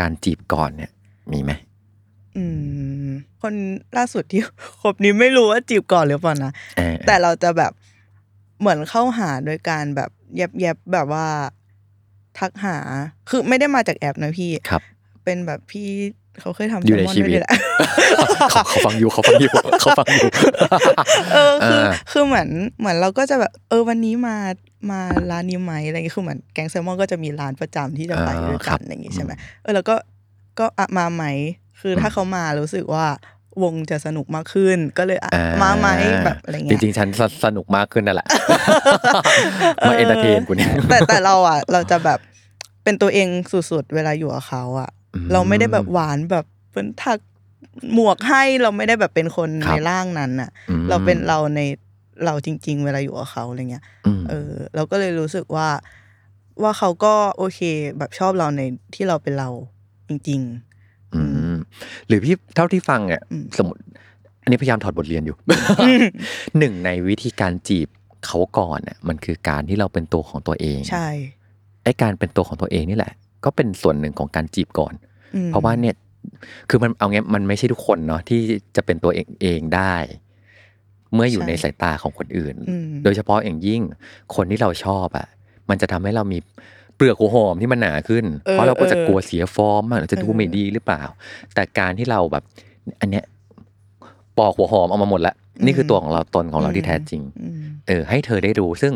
Speaker 2: การจีบก่อนเนี่ย มีไหม
Speaker 3: อืมคนล่าสุดที่ คบนี้ไม่รู้ว่าจีบก่อนหรือเปล่านะ
Speaker 2: เออ
Speaker 3: แต่เราจะแบบเหมือนเข้าหาโดยการแบบแยบแยบๆแบบว่า ทักหาคือไม่ได้มาจากแอปนะพี่
Speaker 2: ครับ
Speaker 3: เป็นแบบพี่เขาเคยทำ
Speaker 2: อยู่ใน
Speaker 3: แซลมน
Speaker 2: ชีวิต
Speaker 3: ด้ยแหละ
Speaker 2: เขาเขาฟังอยู่เขาฟังอยู่เขาฟังอยู่
Speaker 3: เออคือ
Speaker 2: อ่า
Speaker 3: คือเหมือนเหมือนเราก็จะแบบเออวันนี้มามาร้านนี้ไหมอะไรเงี้ยคือเหมือนแกงแซลมอนก็จะมีร้านประจำที่จะไปด้วยกันอะไรอย่างงี้ใช่ไหมเออแล้วก็ก็อ่ะมาไหม คือถ้าเขามารู้สึกว่าวงจะสนุกมากขึ้น ก็เลยอ่ะ
Speaker 2: อ่
Speaker 3: มาไหมแบบอะไรเงี้ย
Speaker 2: จริงๆ ฉันสสนุกมากขึ้นนั่นแห ละ มาเอนเตอร์เทนกูเนี่ย
Speaker 3: แต่แต่เราอ่ะ เราจะแบบเป็นตัวเองสุดๆ เวลาอยู่กับเขาอ่ะ
Speaker 2: อืม
Speaker 3: เราไม่ได้แบบหวานแบบเป็นถักหมวกให้เราไม่ได้แบบเป็นคน
Speaker 2: ครับ
Speaker 3: ในร่างนั้นอ่ะ
Speaker 2: อืม
Speaker 3: เราเป็นเราในเราจริง ๆ เวลาอยู่กับเขาอะไรเงี้ย
Speaker 2: อืม
Speaker 3: เออ เราก็เลยรู้สึกว่าว่าเขาก็โอเคแบบชอบเราในที่เราเป็นเราจริง
Speaker 2: อืมหรือพี่เท่าที่ฟังอ่ะ
Speaker 3: อืม
Speaker 2: สมมติ อันนี้พยายามถอดบทเรียน อยู่
Speaker 3: ๆ
Speaker 2: หนึ่งในวิธีการจีบเขาก่อนน่ะมันคือการที่เราเป็นตัวของตัวเอง
Speaker 3: ใช่
Speaker 2: ไอ้การเป็นตัวของตัวเองนี่แหละ ก็เป็นส่วนหนึ่งของการจีบก่อน
Speaker 3: อืม
Speaker 2: เพราะว่าเนี่ยคือมันเอางี้มันไม่ใช่ทุกคนเนาะที่จะเป็นตัวเองเองได้ เมื่ออยู่
Speaker 3: ใช่
Speaker 2: ในสายตาของคนอื่น
Speaker 3: อืม
Speaker 2: โดยเฉพาะอย่างยิ่งคนที่เราชอบอ่ะ มันจะทำให้เรามีเปลือกหัวหอมที่มันหนาขึ้น
Speaker 3: เออ
Speaker 2: เพราะเราก็จะ
Speaker 3: เออก
Speaker 2: ลัวเสียฟอร์มอาจจะดู
Speaker 3: เออ
Speaker 2: ไม่ดีหรือเปล่า แต่การที่เราแบบ อันเนี้ยปอกหัวหอมเอามาหมดละนี่คือตัวของเราตนของเราที่แท้จริง
Speaker 3: อืม
Speaker 2: เออให้เธอได้รู้ ซึ่ง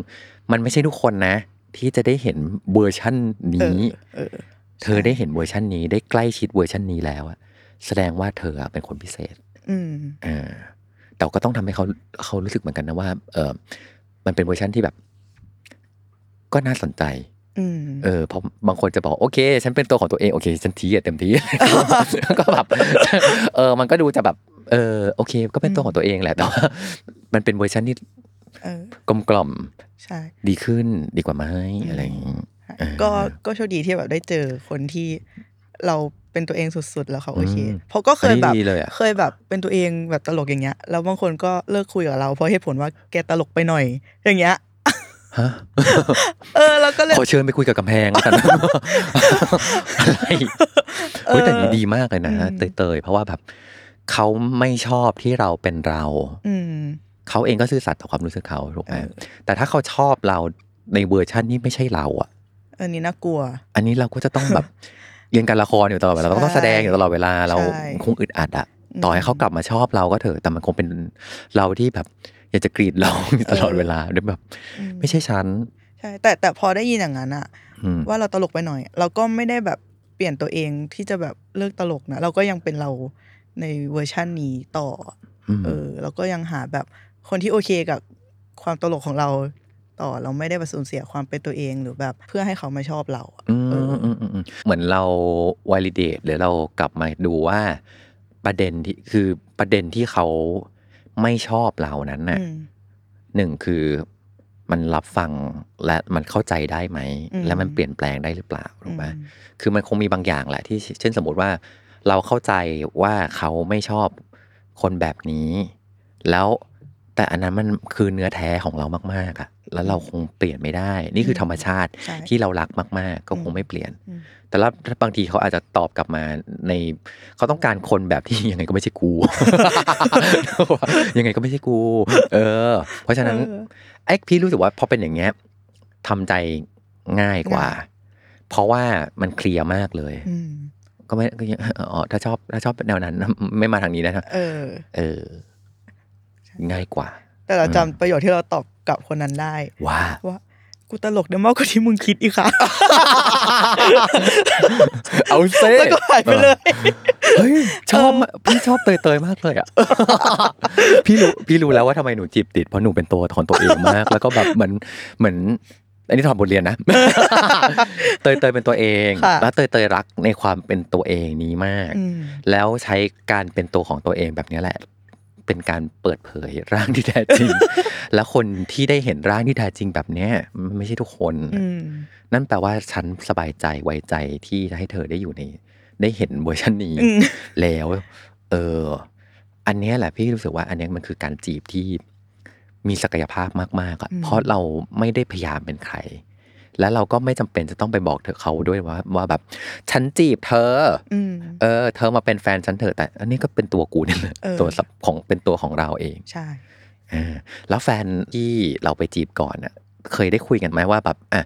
Speaker 2: มันไม่ใช่ทุกคนนะ ที่จะได้เห็นเวอร์ชั่นนี้
Speaker 3: เออเออ
Speaker 2: เธอได้เห็นเวอร์ชั่นนี้ได้ใกล้ชิดเวอร์ชั่นนี้แล้วอะแสดงว่าเธออะเป็นคนพิเศษ
Speaker 3: อืม
Speaker 2: เออแต่ก็ต้องทำให้เขาเขารู้สึกเหมือนกันนะว่า เออมันเป็นเวอร์ชั่นที่แบบ ก็น่าสนใจ
Speaker 3: อืม
Speaker 2: เออเพราะบางคนจะบอกโอเค ฉันเป็นตัวของตัวเองโอเค ฉันทีอะเต็มที่ ก็แบบเออ มันก็ดูจะแบบ เออโอเค ก็เป็นตัวของตัวเองแหละแต่ว่ามันเป็นเวอร์ชันที่
Speaker 3: เออ
Speaker 2: กลมกล่อม
Speaker 3: ใช่
Speaker 2: ดีขึ้นดีกว่าไหมอะไรอย่างงี้ เออ
Speaker 3: ก็ก็โชคดีที่แบบได้เจอคนที่เราเป็นตัวเองสุดๆ แล้วเขาโอเค
Speaker 2: อืม
Speaker 3: เพราะก็เคยแบบ
Speaker 2: อันนี้ดีเลยอะ
Speaker 3: เคยแบบเป็นตัวเองแบบตลกอย่างเงี้ย แล้วบางคนก็เลิกคุยกับเราเพราะเหตุผลว่าแกตลกไปหน่อย อย่างเงี้ย
Speaker 2: ฮะ
Speaker 3: เออแล้วก็เลย
Speaker 2: ขอเชิญไปคุยกับกำแพงแล้วกัน อะไรเฮ้ยแต่นี่ดีมากเลยนะ
Speaker 3: อืม
Speaker 2: เตยๆเพราะว่าแบบเขาไม่ชอบที่เราเป็นเรา
Speaker 3: อืม
Speaker 2: เขาเองก็ซื่อสัตย์ต่อความรู้สึกเขาถูกไหม
Speaker 3: เออ
Speaker 2: แต่ถ้าเขาชอบเราในเวอร์ชั่นที่ไม่ใช่เราอ่ะ
Speaker 3: อันนี้น่ากลัว
Speaker 2: อันนี้เราก็จะต้องแบบ เรียนการละครอยู่ตลอดเวลาเราก็ต้องแสดงอยู่ตลอดเวลาเรา
Speaker 3: ใช่
Speaker 2: คงอึดอัดอะต่อให้เขากลับมาชอบเราก็เถอะแต่มันคงเป็นเราที่แบบ อยากจะกรีดร้องอยู่ตลอดเวลาด้วยแบบ ไม่ใช่ฉัน
Speaker 3: ใช่แต่แต่พอได้ยินอย่างนั้นอะ
Speaker 2: อืม
Speaker 3: ว่าเราตลกไปหน่อย เราก็ไม่ได้แบบเปลี่ยนตัวเองที่จะแบบเลิกตลกนะเราก็ยังเป็นเราในเวอร์ชั่นนี้ต่อ
Speaker 2: ม
Speaker 3: เออเราก็ยังหาแบบคนที่โอเคกับความตลกของเราต่อเราไม่ได้ประสูญเสียความเป็นตัวเองหรือแบบเพื่อให้เขามาชอบเราอะ
Speaker 2: ม
Speaker 3: เอออ
Speaker 2: มมอืมเหมือนเราว i ล d เดตหรือเรากลับมาดูว่า ประเด็นที่คือประเด็นที่เขาไม่ชอบเรานั้นน่ะ
Speaker 3: อืม
Speaker 2: หนึ่งคือมันรับฟังและมันเข้าใจได้ไหม
Speaker 3: อืม
Speaker 2: และมันเปลี่ยนแปลงได้หรือเปล่าถูกไหม
Speaker 3: อื
Speaker 2: คือมันคงมีบางอย่างแหละที่เชเช่นสมมติว่า เราเข้าใจว่าเขาไม่ชอบคนแบบนี้ แล้วแต่อันนั้นมันคือเนื้อแท้ของเรามากๆอะแล้วเราคงเปลี่ยนไม่ได้ นี่คือธรรมชาติ
Speaker 3: ใช่
Speaker 2: ที่เรารักมาก ๆ ก็คงไม่เปลี่ยน
Speaker 3: อืม
Speaker 2: แต่ละบางทีเขาอาจจะตอบกลับมาในเขาต้องการคนแบบที่ ยังไงก็ไม่ใช่กู ยังไงก็ไม่ใช่กู เออ เพราะฉะนั้น
Speaker 3: เออ
Speaker 2: ไอ้พี่รู้สึกว่าพอเป็นอย่างเงี้ยทำใจง่ายกว่า เพราะว่ามันเคลียร์มากเลย
Speaker 3: อืม
Speaker 2: ก็ไม่ก็ยังอ๋อถ้าชอบถ้าชอบแนว นั้น ไม่มาทางนี้นะ
Speaker 3: เออ
Speaker 2: เออ ง่ายกว่า
Speaker 3: แต่เราจำ
Speaker 2: อืม
Speaker 3: ประโยชน์ที่เราตอบกับคนนั้นได้
Speaker 2: ว่า
Speaker 3: ว่ากูตลกเดี๋ยวมากกว่าที่มึงคิดอีกค่ะ
Speaker 2: เอาเซ่
Speaker 3: แล้วก็หายไปเลย
Speaker 2: เฮ้ยชอบมากพี่ชอบเตยๆมากเลย อ่ะ พี่รู้พี่รู้แล้วว่าทำไมหนูจีบติดเพราะหนูเป็นตัวของตัวเองมาก แล้วก็แบบเหมือนเหมือน อันนี้ถอดบทเรียนนะ เตยเตยๆเป็นตัวเอง
Speaker 3: ค่ะ
Speaker 2: แล้วเตยเตยๆรักในความเป็นตัวเองนี้มาก
Speaker 3: อืม
Speaker 2: แล้วใช้การเป็นตัวของตัวเองแบบนี้แหละ เป็นการเปิดเผยร่างที่แท้จริ ง และคนที่ได้เห็นร่างที่แท้จริงแบบเนี้ยมันไม่ใช่ทุกคน
Speaker 3: อืม
Speaker 2: นั่นแปลว่าฉันสบายใจไว้ใจที่จะให้เธอได้อยู่ใน ได้เห็นเวอร์ชันนี้
Speaker 3: อืม
Speaker 2: แล้ว เออ อันเนี้ยแหละพี่รู้สึกว่า อันเนี้ยมันคือการจีบที่มีศักยภาพมากๆอะเพราะเราไม่ได้พยายามเป็นใคร และเราก็ไม่จำเป็นจะต้องไปบอกเธอเขาด้วยว่า ว่าแบบ ฉันจีบเธอ
Speaker 3: อืม
Speaker 2: เออเธอมาเป็นแฟนฉันเถอะแต่ อันนี้ก็เป็นตัวกูเนี่ยแหละ
Speaker 3: เออ
Speaker 2: ตัวสับของเป็นตัวของเราเอง
Speaker 3: ใช่
Speaker 2: เออแล้วแฟนที่เราไปจีบก่อนอ่ะ เคยได้คุยกันไหมว่าแบบอ่ะ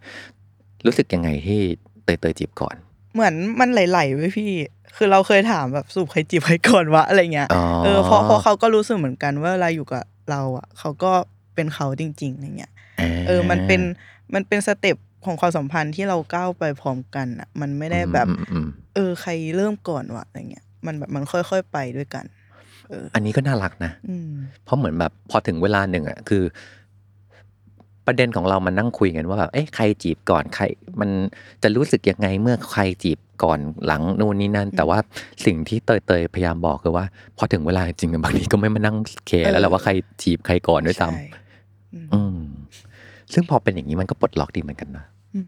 Speaker 2: รู้สึกยังไงที่เตยเตยจีบก่อน
Speaker 3: เหมือนมันไหลๆไว้ยพี่ คือเราเคยถามแบบสูบใครจีบใครก่อนวะอะไรเงี้ย
Speaker 2: อ๋อ
Speaker 3: เออเพราะเพราะเขาก็รู้สึกเหมือนกันว่าเวลาอยู่กับเราอ่ะ เขาก็เป็นเขาจริงๆอะไรเงี้ย เออ มันเป็น มันเป็นสเต็ปของความสัมพันธ์ที่เราก้าวไปพร้อมกันอ่ะ มันไม่ได้แบบ
Speaker 2: อืมอืมอืม
Speaker 3: เออ ใครเริ่มก่อนวะอะไรเงี้ย มันแบบมันค่อยๆไปด้วยกัน เออ
Speaker 2: อันนี้ก็น่ารักนะ
Speaker 3: อืม
Speaker 2: เพราะเหมือนแบบพอถึงเวลาหนึ่งอ่ะคือ ประเด็นของเรามันนั่งคุยกันว่าแบบเอ้ใครจีบก่อนใคร มันจะรู้สึกยังไงเมื่อใครจีบก่อนหลังนู่นนี่นั่น แต่ว่าสิ่งที่เตยเตยๆพยายามบอกคือว่า พอถึงเวลาจริงๆบางทีก็ไม่มานั่งเคร์แล้วแหละ
Speaker 3: เออ
Speaker 2: ว่าใครจีบใครก่อนด้วยซ้
Speaker 3: ใช่
Speaker 2: ำอืม ซึ่งพอเป็นอย่างนี้มันก็ปลดล็อกดีเหมือนกันนะ
Speaker 3: อืม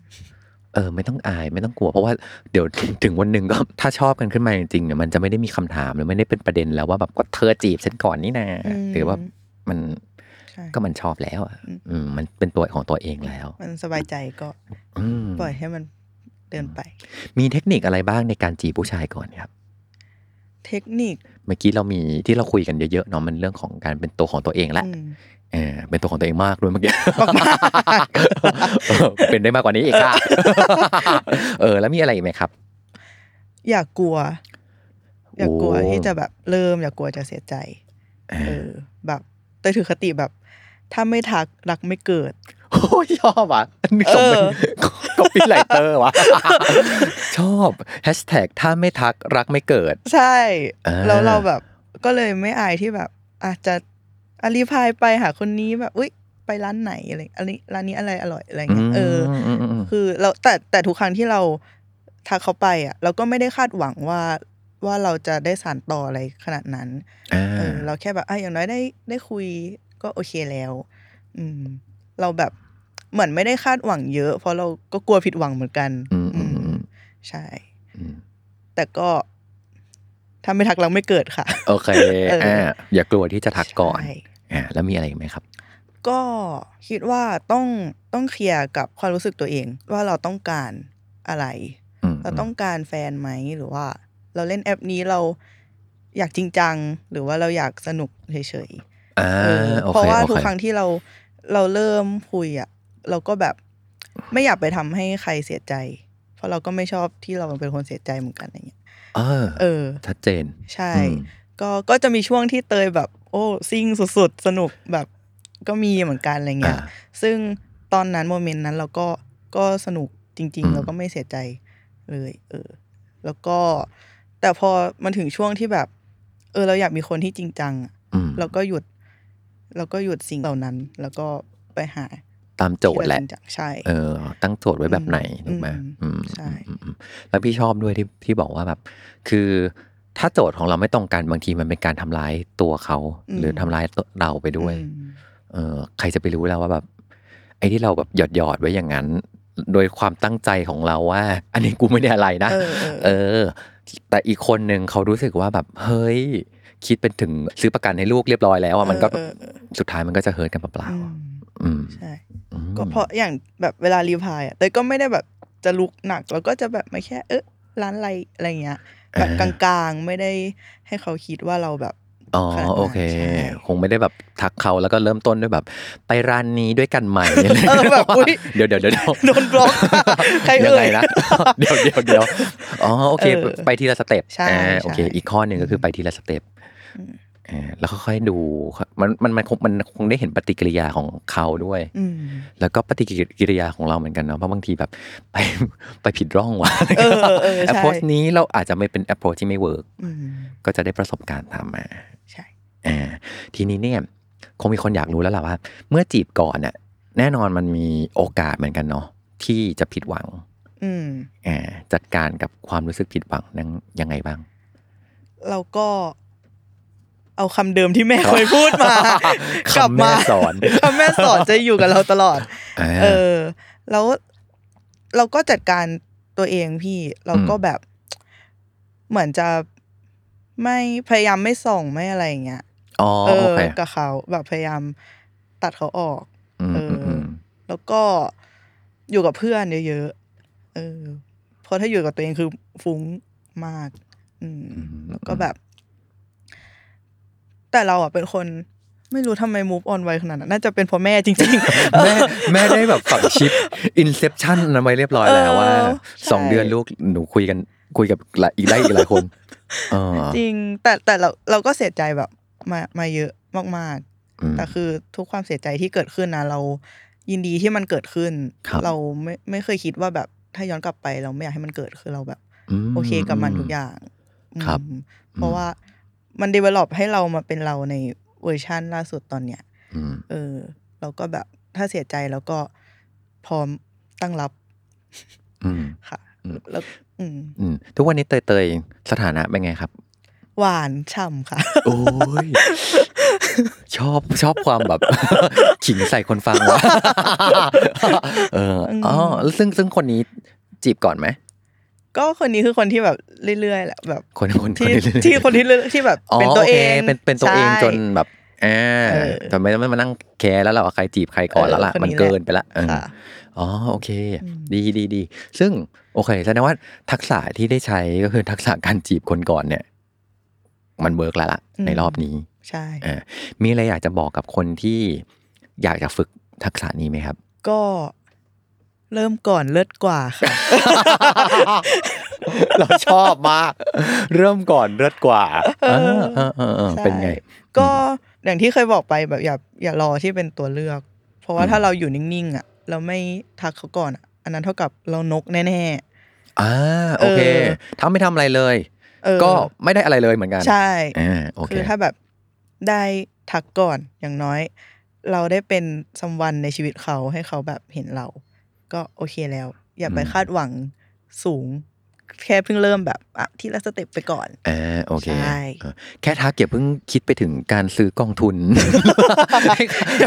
Speaker 2: เออ ไม่ต้องอายไม่ต้องกลัว เพราะว่าเดี๋ยวถึงวันหนึ่งก็ ถ้าชอบกันขึ้นมาจริงๆเนี่ยมันจะไม่ได้มีคำถามหรือไม่ได้เป็นประเด็นแล้วว่าแบบก็เธอจีบฉันก่อนนี่นะ
Speaker 3: ม
Speaker 2: หรือว่ามัน
Speaker 3: ใช่
Speaker 2: ก็มันชอบแล้วอ่ะ
Speaker 3: อืม
Speaker 2: อืมมันเป็นตัวของตัวเองแล้ว
Speaker 3: มันสบายใจก็
Speaker 2: อืม
Speaker 3: ปล่อยให้มันเดินไป
Speaker 2: มีเทคนิคอะไรบ้างในการจีบผู้ชายก่อนครับ
Speaker 3: เทคนิค
Speaker 2: เมื่อกี้เรามีที่เราคุยกันเยอะๆเนาะมันเรื่องของการเป็นตัวของตัวเองแหละ
Speaker 3: อืม
Speaker 2: เออเป็นตัวของตัวเองมากด้วยเมื่อกี้ เป็นได้มากกว่านี้อีกค่ะ เออ แล้วมีอะไรอีกไหมครับ
Speaker 3: อยากกลัว อยากกลัว
Speaker 2: โอ้
Speaker 3: ที่จะแบบเริ่มอยากกลัวจะเสียใจ
Speaker 2: เอ
Speaker 3: เอ
Speaker 2: อ
Speaker 3: อ แบบเตยถือคติแบบ ถ้าไม่ทักรักไม่เกิด
Speaker 2: โอ้ยชอบอ่ะนี่สมเป็น
Speaker 3: เออ
Speaker 2: ก็ปีไลเตอร์วะ ชอบแฮชแท็กถ้าไม่ทักรักไม่เกิด
Speaker 3: ใช่
Speaker 2: อ่า
Speaker 3: แล้วเราแบบก็เลยไม่อายที่แบบ อาจจะอารีพายไปหาคนนี้แบบอุ้ยไปร้านไหนอะไรอันนี้ร้านนี้อะไรอร่อยอะไรเงี้ยเอออ
Speaker 2: มมม
Speaker 3: คือเราแต่แต่ทุกครั้งที่เราทักเขาไปอ่ะ เราก็ไม่ได้คาดหวังว่าว่าเราจะได้สานต่ออะไรขนาดนั้น
Speaker 2: อ่า
Speaker 3: เออเราแค่แบบอ่ะอย่างน้อยได้ได้คุยก็โอเคแล้ว อืม เราแบบเหมือนไม่ได้คาดหวังเยอะ เพราะเราก็กลัวผิดหวังเหมือนกัน
Speaker 2: อืมอืม
Speaker 3: อื
Speaker 2: อื
Speaker 3: ม
Speaker 2: ม
Speaker 3: ใช่
Speaker 2: อืม
Speaker 3: แต่ก็ถ้าไม่ทักเราไม่เกิดค่ะ
Speaker 2: โอเค
Speaker 3: เอออ่
Speaker 2: อ่าอย่ากลัวที่จะทักก่อน
Speaker 3: ใช่
Speaker 2: อ่าแล้วมีอะไรอีกไหมครับ
Speaker 3: ก็คิดว่าต้องต้องเคลียร์กับความรู้สึกตัวเอง ว่าเราต้องการอะไร
Speaker 2: อืม
Speaker 3: เราต้องการแฟนไหมหรือว่า เราเล่นแอปนี้เราอยากจริงจัง หรือว่าเราอยากสนุกเฉยๆ
Speaker 2: อ่า
Speaker 3: เออ
Speaker 2: โอค
Speaker 3: เพราะว่า
Speaker 2: โอ
Speaker 3: ทุก
Speaker 2: เ
Speaker 3: ครั้งที่เราเราเริ่มคุยอ่ะเราก็แบบไม่อยากไปทำให้ใครเสียใจ เพราะเราก็ไม่ชอบที่เราเป็นคนเสียใจเหมือนกันอะไรเงี้ย
Speaker 2: เออ
Speaker 3: เออ
Speaker 2: ชัดเจน
Speaker 3: ใช่
Speaker 2: อืม
Speaker 3: ก็ก็จะมีช่วงที่เตยแบบ โอ้ซิ่งสุดๆ สนุกแบบก็มีเหมือนกันอะไรเงี้
Speaker 2: อ่า
Speaker 3: ยซึ่งตอนนั้นโมเมนต์นั้นเราก็ก็สนุกจริง
Speaker 2: อืม
Speaker 3: ๆ เราก็ไม่เสียใจเลย เออ แล้วก็ แต่พอมันถึงช่วงที่แบบ เออ เราอยากมีคนที่จริงจังอะ
Speaker 2: อืม
Speaker 3: เราก็หยุดเราก็หยุดสิ่งเหล่านั้น แล้วก็ไปหา
Speaker 2: ตามโจทย์แหละ
Speaker 3: ที่เราจริงจังใช่
Speaker 2: เออ ตั้งโจทย์ไว้แบบไหน
Speaker 3: อืม
Speaker 2: ถูกไหม
Speaker 3: อืม
Speaker 2: อืม
Speaker 3: ใช่
Speaker 2: อืมอืมแล้วพี่ชอบด้วยที่ที่บอกว่าแบบ คือถ้าโจทย์ของเราไม่ตรงกันบางทีมันเป็นการทำร้ายตัวเขา หรือทำร้ายตัวเราไปด้วย
Speaker 3: อืม
Speaker 2: เออใครจะไปรู้แล้วว่าแบบ ไอ้ที่เราแบบหยอดหยอดๆไว้อย่างนั้น โดยความตั้งใจของเราว่า อันนี้กูไม่ได้อะไรนะ
Speaker 3: เออเอ
Speaker 2: อ
Speaker 3: อ
Speaker 2: แต่อีกคนหนึ่งเขารู้สึกว่าแบบเฮ้ย คิดเป็นถึงซื้อประกันให้ลูกเรียบร้อยแล้วอะมันก็
Speaker 3: เออเออ
Speaker 2: สุดท้ายมันก็จะเฮิร์ตกันเปล่า
Speaker 3: อื
Speaker 2: ๆ
Speaker 3: ม
Speaker 2: อะอืม
Speaker 3: ใช่
Speaker 2: อืม
Speaker 3: ก็เพราะอย่างแบบเวลารีพายอ่ะแต่ก็ไม่ได้แบบจะลุกหนัก แล้วก็จะแบบมาแค่ เออร้านอะไรอะไรเงี้ยแบบกลางๆไม่ได้ให้เขาคิดว่าเราแบบ
Speaker 2: อ๋อ
Speaker 3: ขนาดนั้น
Speaker 2: โอเค
Speaker 3: ใช่
Speaker 2: คงไม่ได้แบบทักเขาแล้วก็เริ่มต้นด้วยแบบ ไปร้านนี้ด้วยกันใหม่อะไร
Speaker 3: เออแบบอุ้ย
Speaker 2: เดี๋ยวเดี๋ยวเดี๋ยว
Speaker 3: โดนบ ล็อกใคร
Speaker 2: ยัง
Speaker 3: เอ่
Speaker 2: ไง
Speaker 3: ย
Speaker 2: นะ เดี๋ยวเดี๋ยวเดี๋ยวอ๋อโอเค
Speaker 3: เออ
Speaker 2: ไปทีละสเต็ป
Speaker 3: ใช่
Speaker 2: อ่าโอเค
Speaker 3: ใช่
Speaker 2: อีกข้อหนึ่งก็คือไปทีละสเต็ป
Speaker 3: อืม
Speaker 2: อ่าแล้วค่อยๆดูมันมันมันคงมันคงได้เห็นปฏิกิริยาของเขาด้วย
Speaker 3: อืม
Speaker 2: แล้วก็ปฏิกิริยาของเราเหมือนกันเนาะเพราะบางทีแบบ ไปไปผิดร่องว่ะ
Speaker 3: เออเออเออ
Speaker 2: แอป
Speaker 3: ใช่
Speaker 2: โพสนี้เราอาจจะไม่เป็นแอปโพสที่ไม่เวิร์ก
Speaker 3: อืม
Speaker 2: ก็จะได้ประสบการณ์ตามมา
Speaker 3: ใช่
Speaker 2: อ่าทีนี้เนี่ยคงมีคนอยากรู้แล้วล่ะว่า เมื่อจีบก่อนน่ะแน่นอนมันมีโอกาสเหมือนกันเนาะที่จะผิดหวัง
Speaker 3: อืม
Speaker 2: อ่าจัดการกับความรู้สึกผิดหวังนั้นยังไงบ้าง
Speaker 3: เราก็เอาคำเดิมที่แม่เคยพูดมา กลับ
Speaker 2: คำแม่
Speaker 3: มา
Speaker 2: สอน
Speaker 3: คำแม่สอนจะอยู่กับเราตลอด
Speaker 2: า
Speaker 3: เออ แล้วเราก็จัดการตัวเองพี่ เราก็
Speaker 2: อืม
Speaker 3: แบบ เหมือนจะไม่พยายามไม่ส่องไม่อะไรอย่างเงี้ย
Speaker 2: อ๋อ
Speaker 3: เอ
Speaker 2: โอ
Speaker 3: อ
Speaker 2: เค
Speaker 3: กับเขาแบบพยายามตัดเขาออก
Speaker 2: ม
Speaker 3: เอออื
Speaker 2: มม
Speaker 3: แล้วก็อยู่กับเพื่อนเยอะๆเออเพราะถ้าอยู่กับตัวเองคือฟุ้งมาก อืม แล้วก็แบบ แต่เราอ่ะเป็นคนไม่รู้ทำไม move on ไวขนาดนั้น น่าจะเป็นเพ่อแม่จริง ๆ
Speaker 2: แม่แม่ได้แบบฝังชิปอินเซปชันนั้นไว้เรียบร้อยแล้วว่า
Speaker 3: เออใช่
Speaker 2: สองเดือนลูกหนูคุยกันคุยกับหลายอีกได้อีกหลาย คนเออ
Speaker 3: จริง แต่แต่เราเราก็เสียใจแบบมามาเยอะมาก
Speaker 2: อืม
Speaker 3: ๆ แต่คือทุกความเสียใจที่เกิดขึ้นนะเรายินดีที่มันเกิดขึ้น
Speaker 2: ครับ
Speaker 3: เราไม่ไม่เคยคิดว่าแบบถ้าย้อนกลับไป เราไม่อยากให้มันเกิดคือเราแบบ
Speaker 2: ม
Speaker 3: โอเคกับมันทุกอย่าง
Speaker 2: ครับ
Speaker 3: อืม
Speaker 2: อืม
Speaker 3: เพราะว่ามัน develop ให้เรามาเป็นเราในเวอร์ชันล่าสุดตอนเนี้ย
Speaker 2: อืม
Speaker 3: เออเราก็แบบถ้าเสียใจแล้วก็พร้อมตั้งรับ
Speaker 2: อืม
Speaker 3: ค่ะ
Speaker 2: อืม
Speaker 3: แล้วอืม
Speaker 2: อืมทุกวันนี้เตยเตยสถานะเป็นไงครับ
Speaker 3: หวานฉ่ำค่ะ
Speaker 2: โอ้ย ชอบชอบความแบบ ขิงใส่คนฟังวะเอออ๋อแล้วซึ่งซึ่งคนนี้จีบก่อนไหม
Speaker 3: ก็คนนี้คือคนที่แบบเรื่อยๆแหละแบบ
Speaker 2: คนคน
Speaker 3: ที่
Speaker 2: เรื่อยๆ
Speaker 3: ที่คนที่เรื่อยที่แบบ
Speaker 2: อ๋อ
Speaker 3: เป็นตัว
Speaker 2: โ
Speaker 3: เอง
Speaker 2: เป็นเป็นตัวเอง
Speaker 3: ใช่
Speaker 2: จนแบบแอา
Speaker 3: เออ
Speaker 2: จนไม่ไม่มานั่งแคร์แล้วเราใครจีบใครก่อนแล้วล่ะ
Speaker 3: เออคน
Speaker 2: มัน
Speaker 3: นี้แหละ
Speaker 2: เกินไปละเออ
Speaker 3: ค่ะ
Speaker 2: อ๋อโอเค
Speaker 3: อืม
Speaker 2: ดีดีดีซึ่งโอเคแสดงว่าทักษะที่ได้ใช้ก็คือทักษะการจีบคนก่อนเนี่ย มันเวิร์กแล้วล่ะ
Speaker 3: อืม
Speaker 2: ในรอบนี้
Speaker 3: ใช่
Speaker 2: เออมีอะไรอยากจะบอกกับคนที่อยากจะฝึกทักษะนี้ไหมครับ
Speaker 3: ก็เริ่มก่อนเลิศกว่าค่ะ
Speaker 2: เราชอบมาก เริ่มก่อนเลิศกว่า
Speaker 3: เออ
Speaker 2: เออเออเออ
Speaker 3: ใช่
Speaker 2: เป็นไง
Speaker 3: ก็อย่างที่เคยบอกไปแบบอย่าอย่ารอที่เป็นตัวเลือก เพราะว่า
Speaker 2: อืม
Speaker 3: ถ้าเราอยู่นิ่งๆอ่ะเราไม่ทักเขาก่อนอะอันนั้นเท่ากับเรานกแน่
Speaker 2: อ่าโอเค
Speaker 3: เออ
Speaker 2: ถ้าไม่ทำอะไรเลย
Speaker 3: ๆเออ
Speaker 2: ก็ไม่ได้อะไรเลยเหมือนกัน
Speaker 3: ใช่
Speaker 2: อ่าโอเค
Speaker 3: คือถ้าแบบได้ทักก่อนอย่างน้อย เราได้เป็นสัมวันในชีวิตเขาให้เขาแบบเห็นเรา ก็โอเคแล้ว อย่าไปคาดหวังสูง แค่เพิ่งเริ่มแบบอ่ะที่ละสเต็ปไปก่อน
Speaker 2: อ่าโอเค
Speaker 3: ใช่
Speaker 2: เออแค่ทักอย่าเพิ่งคิดไปถึงการซื้อกองทุ น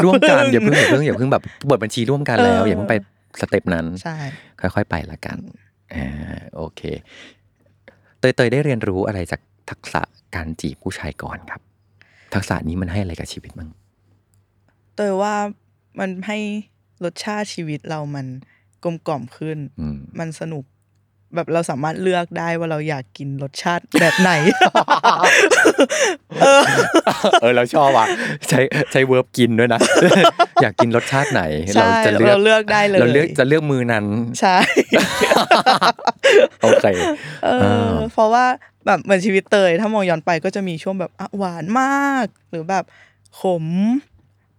Speaker 2: ร่วมกันอย่าเพิ่งอย่าเพิ่งอย่าเพิ่งแบบเปิดบัญชีร่วมกันแล้ว อย่าเพิ่งไปสเต็ปนั้น
Speaker 3: ใช่
Speaker 2: ค่อยๆ ไปละกันอ่าโอเค เตยๆ ได้เรียนรู้อะไรจากทักษะการจีบผู้ชายก่อนครับ ทักษะนี้มันให้อะไรกับชีวิตมั้ง
Speaker 3: เตยว่ามันให้รสชาติชีวิตเรามันกลมกล่อมขึ้น
Speaker 2: อืม
Speaker 3: มันสนุกแบบเราสามารถเลือกได้ว่าเราอยากกินรสชาติแบบ ไหน เออ
Speaker 2: เออเราชอบอ่ะ ใช้ใช้เวิร์บกินด้วยนะ อยากกินรสชาติไหน
Speaker 3: ใช่
Speaker 2: เราจะเลือก
Speaker 3: เราเลือกได้เลย
Speaker 2: เราเลือกจะเลือกมือนั้น
Speaker 3: ใช่
Speaker 2: โอเค
Speaker 3: เอ
Speaker 2: เอ
Speaker 3: อ
Speaker 2: อ
Speaker 3: เพราะว่าแบบเหมือนชีวิตเตย ถ้ามองย้อนไปก็จะมีช่วงแบบอ่ะหวานมาก หรือแบบขม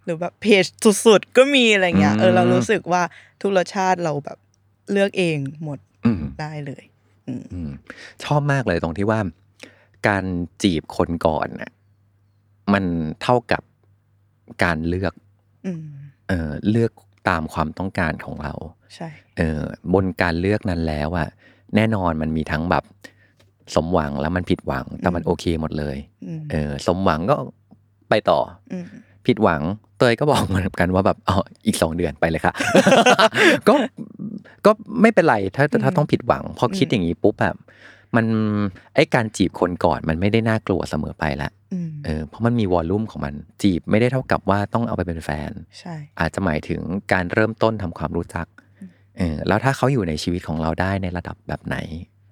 Speaker 3: หรือแบบเผ็ดสุดๆ ก็มีอะไรเงี้ยเออเรารู้สึกว่าทุกรสชาติเราแบบเลือกเองหมด
Speaker 2: อืม
Speaker 3: ได้เลยอืม
Speaker 2: อืมชอบมากเลยตรงที่ว่า การจีบคนก่อนน่ะมันเท่ากับการเลือก
Speaker 3: อืม
Speaker 2: เออเลือกตามความต้องการของเรา
Speaker 3: ใช่
Speaker 2: เออบนการเลือกนั้นแล้วอะแน่นอนมันมีทั้งแบบสมหวังแล้วมันผิดหวัง แต่มันโอเคหมดเลย
Speaker 3: อืม
Speaker 2: เออ สมหวังก็ไปต่อ
Speaker 3: อืม
Speaker 2: ผิดหวัง เตยก็บอกเหมือนกันว่าแบบอ๋ออีกสองเดือนไปเลยค่ะ ก็ก็ไม่เป็นไรถ้าถ้าต้องผิดหวัง พอคิดอย่างนี้ปุ๊บแบบมันไอการจีบคนก่อนมันไม่ได้น่ากลัวเสมอไปละ
Speaker 3: อืม
Speaker 2: เออเพราะมันมีวอลลุ่มของมัน จีบไม่ได้เท่ากับว่าต้องเอาไปเป็นแฟน
Speaker 3: ใช่
Speaker 2: อาจจะหมายถึงการเริ่มต้นทำความรู้จักเออแล้วถ้าเขาอยู่ในชีวิตของเราได้ในระดับแบบไหน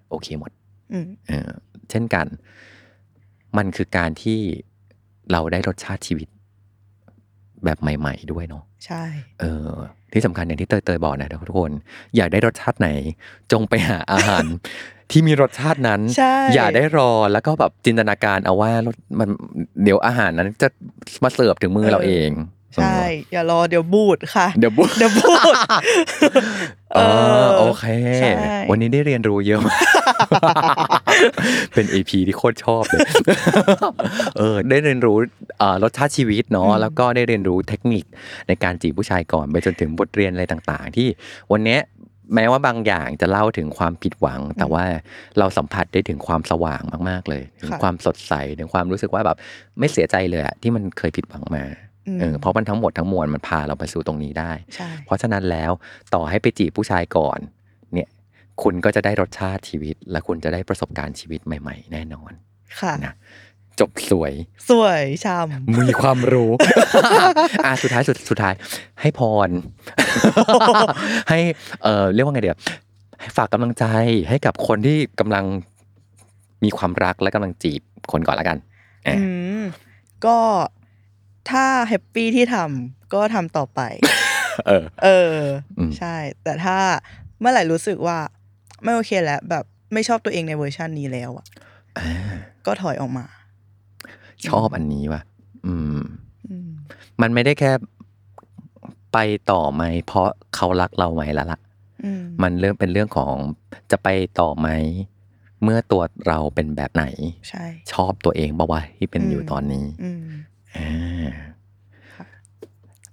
Speaker 2: โอเคหมด
Speaker 3: อืม
Speaker 2: เออเช่นกัน มันคือการที่เราได้รสชาติชีวิต แบบใหม่ ๆ ด้วยเนาะ
Speaker 3: ใช่
Speaker 2: เออ ที่สำคัญอย่างที่เตยๆบอกนะทุกคน อยากได้รสชาติไหน จงไปหาอาหาร ที่มีรสชาตินั้น
Speaker 3: ใช่
Speaker 2: อย่าได้รอแล้วก็แบบจินตนาการเอาว่ารสมันเดี๋ยวอาหารนั้นจะมาเสิร์ฟถึงมือเราเอง
Speaker 3: ใช่อย่ารอเดี๋ยวบูดค่ะ
Speaker 2: เดี๋ยวบุ๊
Speaker 3: เดี๋ยวบูด
Speaker 2: เออโอเค
Speaker 3: ใช่
Speaker 2: วันนี้ได้เรียนรู้เยอะ มาก เป็นเอพีที่โคตรชอบ เลย เออ ได้เรียนรู้อ่ารสชาติชีวิตเนาะแล้วก็ได้เรียนรู้เทคนิคในการจีบผู้ชายก่อนไปจนถึงบทเรียนอะไรต่างๆ ที่วันเนี้ยแม้ว่าบางอย่างจะเล่าถึงความผิดหวัง แต่ว่าเราสัมผัสได้ถึงความสว่างมากๆเลยถึง
Speaker 3: ค่ะ
Speaker 2: ความสดใสถึงความรู้สึกว่าแบบไม่เสียใจเลยอะที่มันเคยผิดหวังมา
Speaker 3: ม
Speaker 2: เออเพราะมันทั้งหมดทั้งมวลมันพาเราไปสู่ตรงนี้ได้
Speaker 3: ใช่
Speaker 2: เพราะฉะนั้นแล้วต่อให้ไปจีบผู้ชายก่อน เนี่ย คุณก็จะได้รสชาติชีวิต และคุณจะได้ประสบการณ์ชีวิตใหม่ ๆ แน่นอน
Speaker 3: ค่ะ
Speaker 2: นะจบสวย
Speaker 3: สวยชาม
Speaker 2: มีความรู้ อ่ะสุดท้ายสุดสุดท้าย ให้พร ให้เออเรียกว่าไงเดี๋ยวให้ฝากกำลังใจให้กับคนที่กำลังมีความรักและกำลังจีบคนก่อนละกันอ่ะ
Speaker 3: อืมก็ถ้าแฮปปี้ที่ทำก็ทำ ต่อไป
Speaker 2: เออ
Speaker 3: เอออ
Speaker 2: ม
Speaker 3: ใช่ แต่ถ้าเมื่อไหร่รู้สึกว่า ไม่โอเคแล้ว แบบไม่ชอบตัวเองในเวอร์ชันนี้แล้วอะ
Speaker 2: อ่า
Speaker 3: ก็ถอยออกมา
Speaker 2: ชอบอันนี้ว่ะอืม
Speaker 3: อืม
Speaker 2: มันไม่ได้แค่ไปต่อไหมเพราะเขารักเราไหมแล้วล่ะ
Speaker 3: อืม
Speaker 2: มันเรื่องเป็นเรื่องของจะไปต่อไหมเมื่อตัวเราเป็นแบบไหน
Speaker 3: ใช่
Speaker 2: ชอบตัวเองบ่าวะที่เป็น
Speaker 3: อืม
Speaker 2: อยู่ตอนนี้
Speaker 3: อืม
Speaker 2: อ่า
Speaker 3: ค่ะ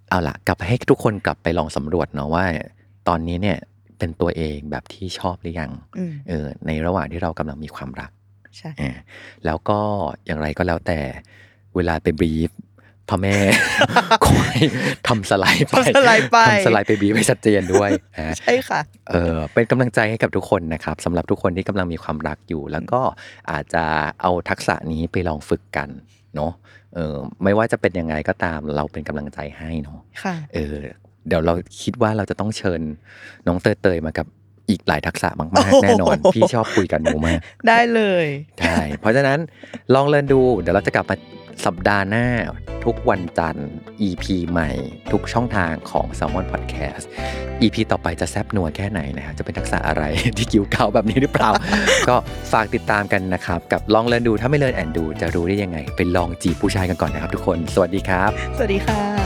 Speaker 2: เอาล่ะ กลับให้ทุกคนกลับไปลองสำรวจเนาะว่า ตอนนี้เนี่ยเป็นตัวเองแบบที่ชอบหรือยัง
Speaker 3: อืม
Speaker 2: เออในระหว่างที่เรากำลังมีความรัก
Speaker 3: ใช่
Speaker 2: อ่าแล้วก็อย่างไรก็แล้วแต่เวลาไปบรีฟพ่อแม่ คอยทำสไลด์ไป
Speaker 3: ทำสไลด์ไป
Speaker 2: ทำสไลด์ไปบรีฟให้ชัดเจนด้วยอ่ะ
Speaker 3: ใช่ค่ะ
Speaker 2: เออเป็นกำลังใจให้กับทุกคนนะครับสำหรับทุกคนที่กำลังมีความรักอยู่ แล้วก็อาจจะเอาทักษะนี้ไปลองฝึกกันเนาะเออไม่ว่าจะเป็นยังไงก็ตามเราเป็นกำลังใจให้เนาะ
Speaker 3: ค่ะ
Speaker 2: เออเดี๋ยวเราคิดว่าเราจะต้องเชิญน้องเตยๆมากับ อีกหลายทักษะมากๆแน่นอน
Speaker 3: โอ้โห
Speaker 2: พี่ชอบคุยกับหนูมาก
Speaker 3: ได้เลย
Speaker 2: ใช่เพราะฉะนั้นลองเรียนดู เดี๋ยวเราจะกลับมาสัปดาห์หน้า ทุกวันจันทร์ EP ใหม่ ทุกช่องทางของ s ซ l m o n Podcast EP ต่อไปจะแซบนัวแค่ไหนนะครับจะเป็นทักษะอะไร ที่กิ้วเก่าแบบนี้หรือเปล่า ก็ฝากติดตามกันนะครับ กับลองเรียนดูถ้าไม่เรียนแอนดู จะรู้ได้ยังไง ไปลองจีบผู้ชายกันก่อนนะครับทุกคน สวัสดีครับ
Speaker 3: สวัสดีค่ะ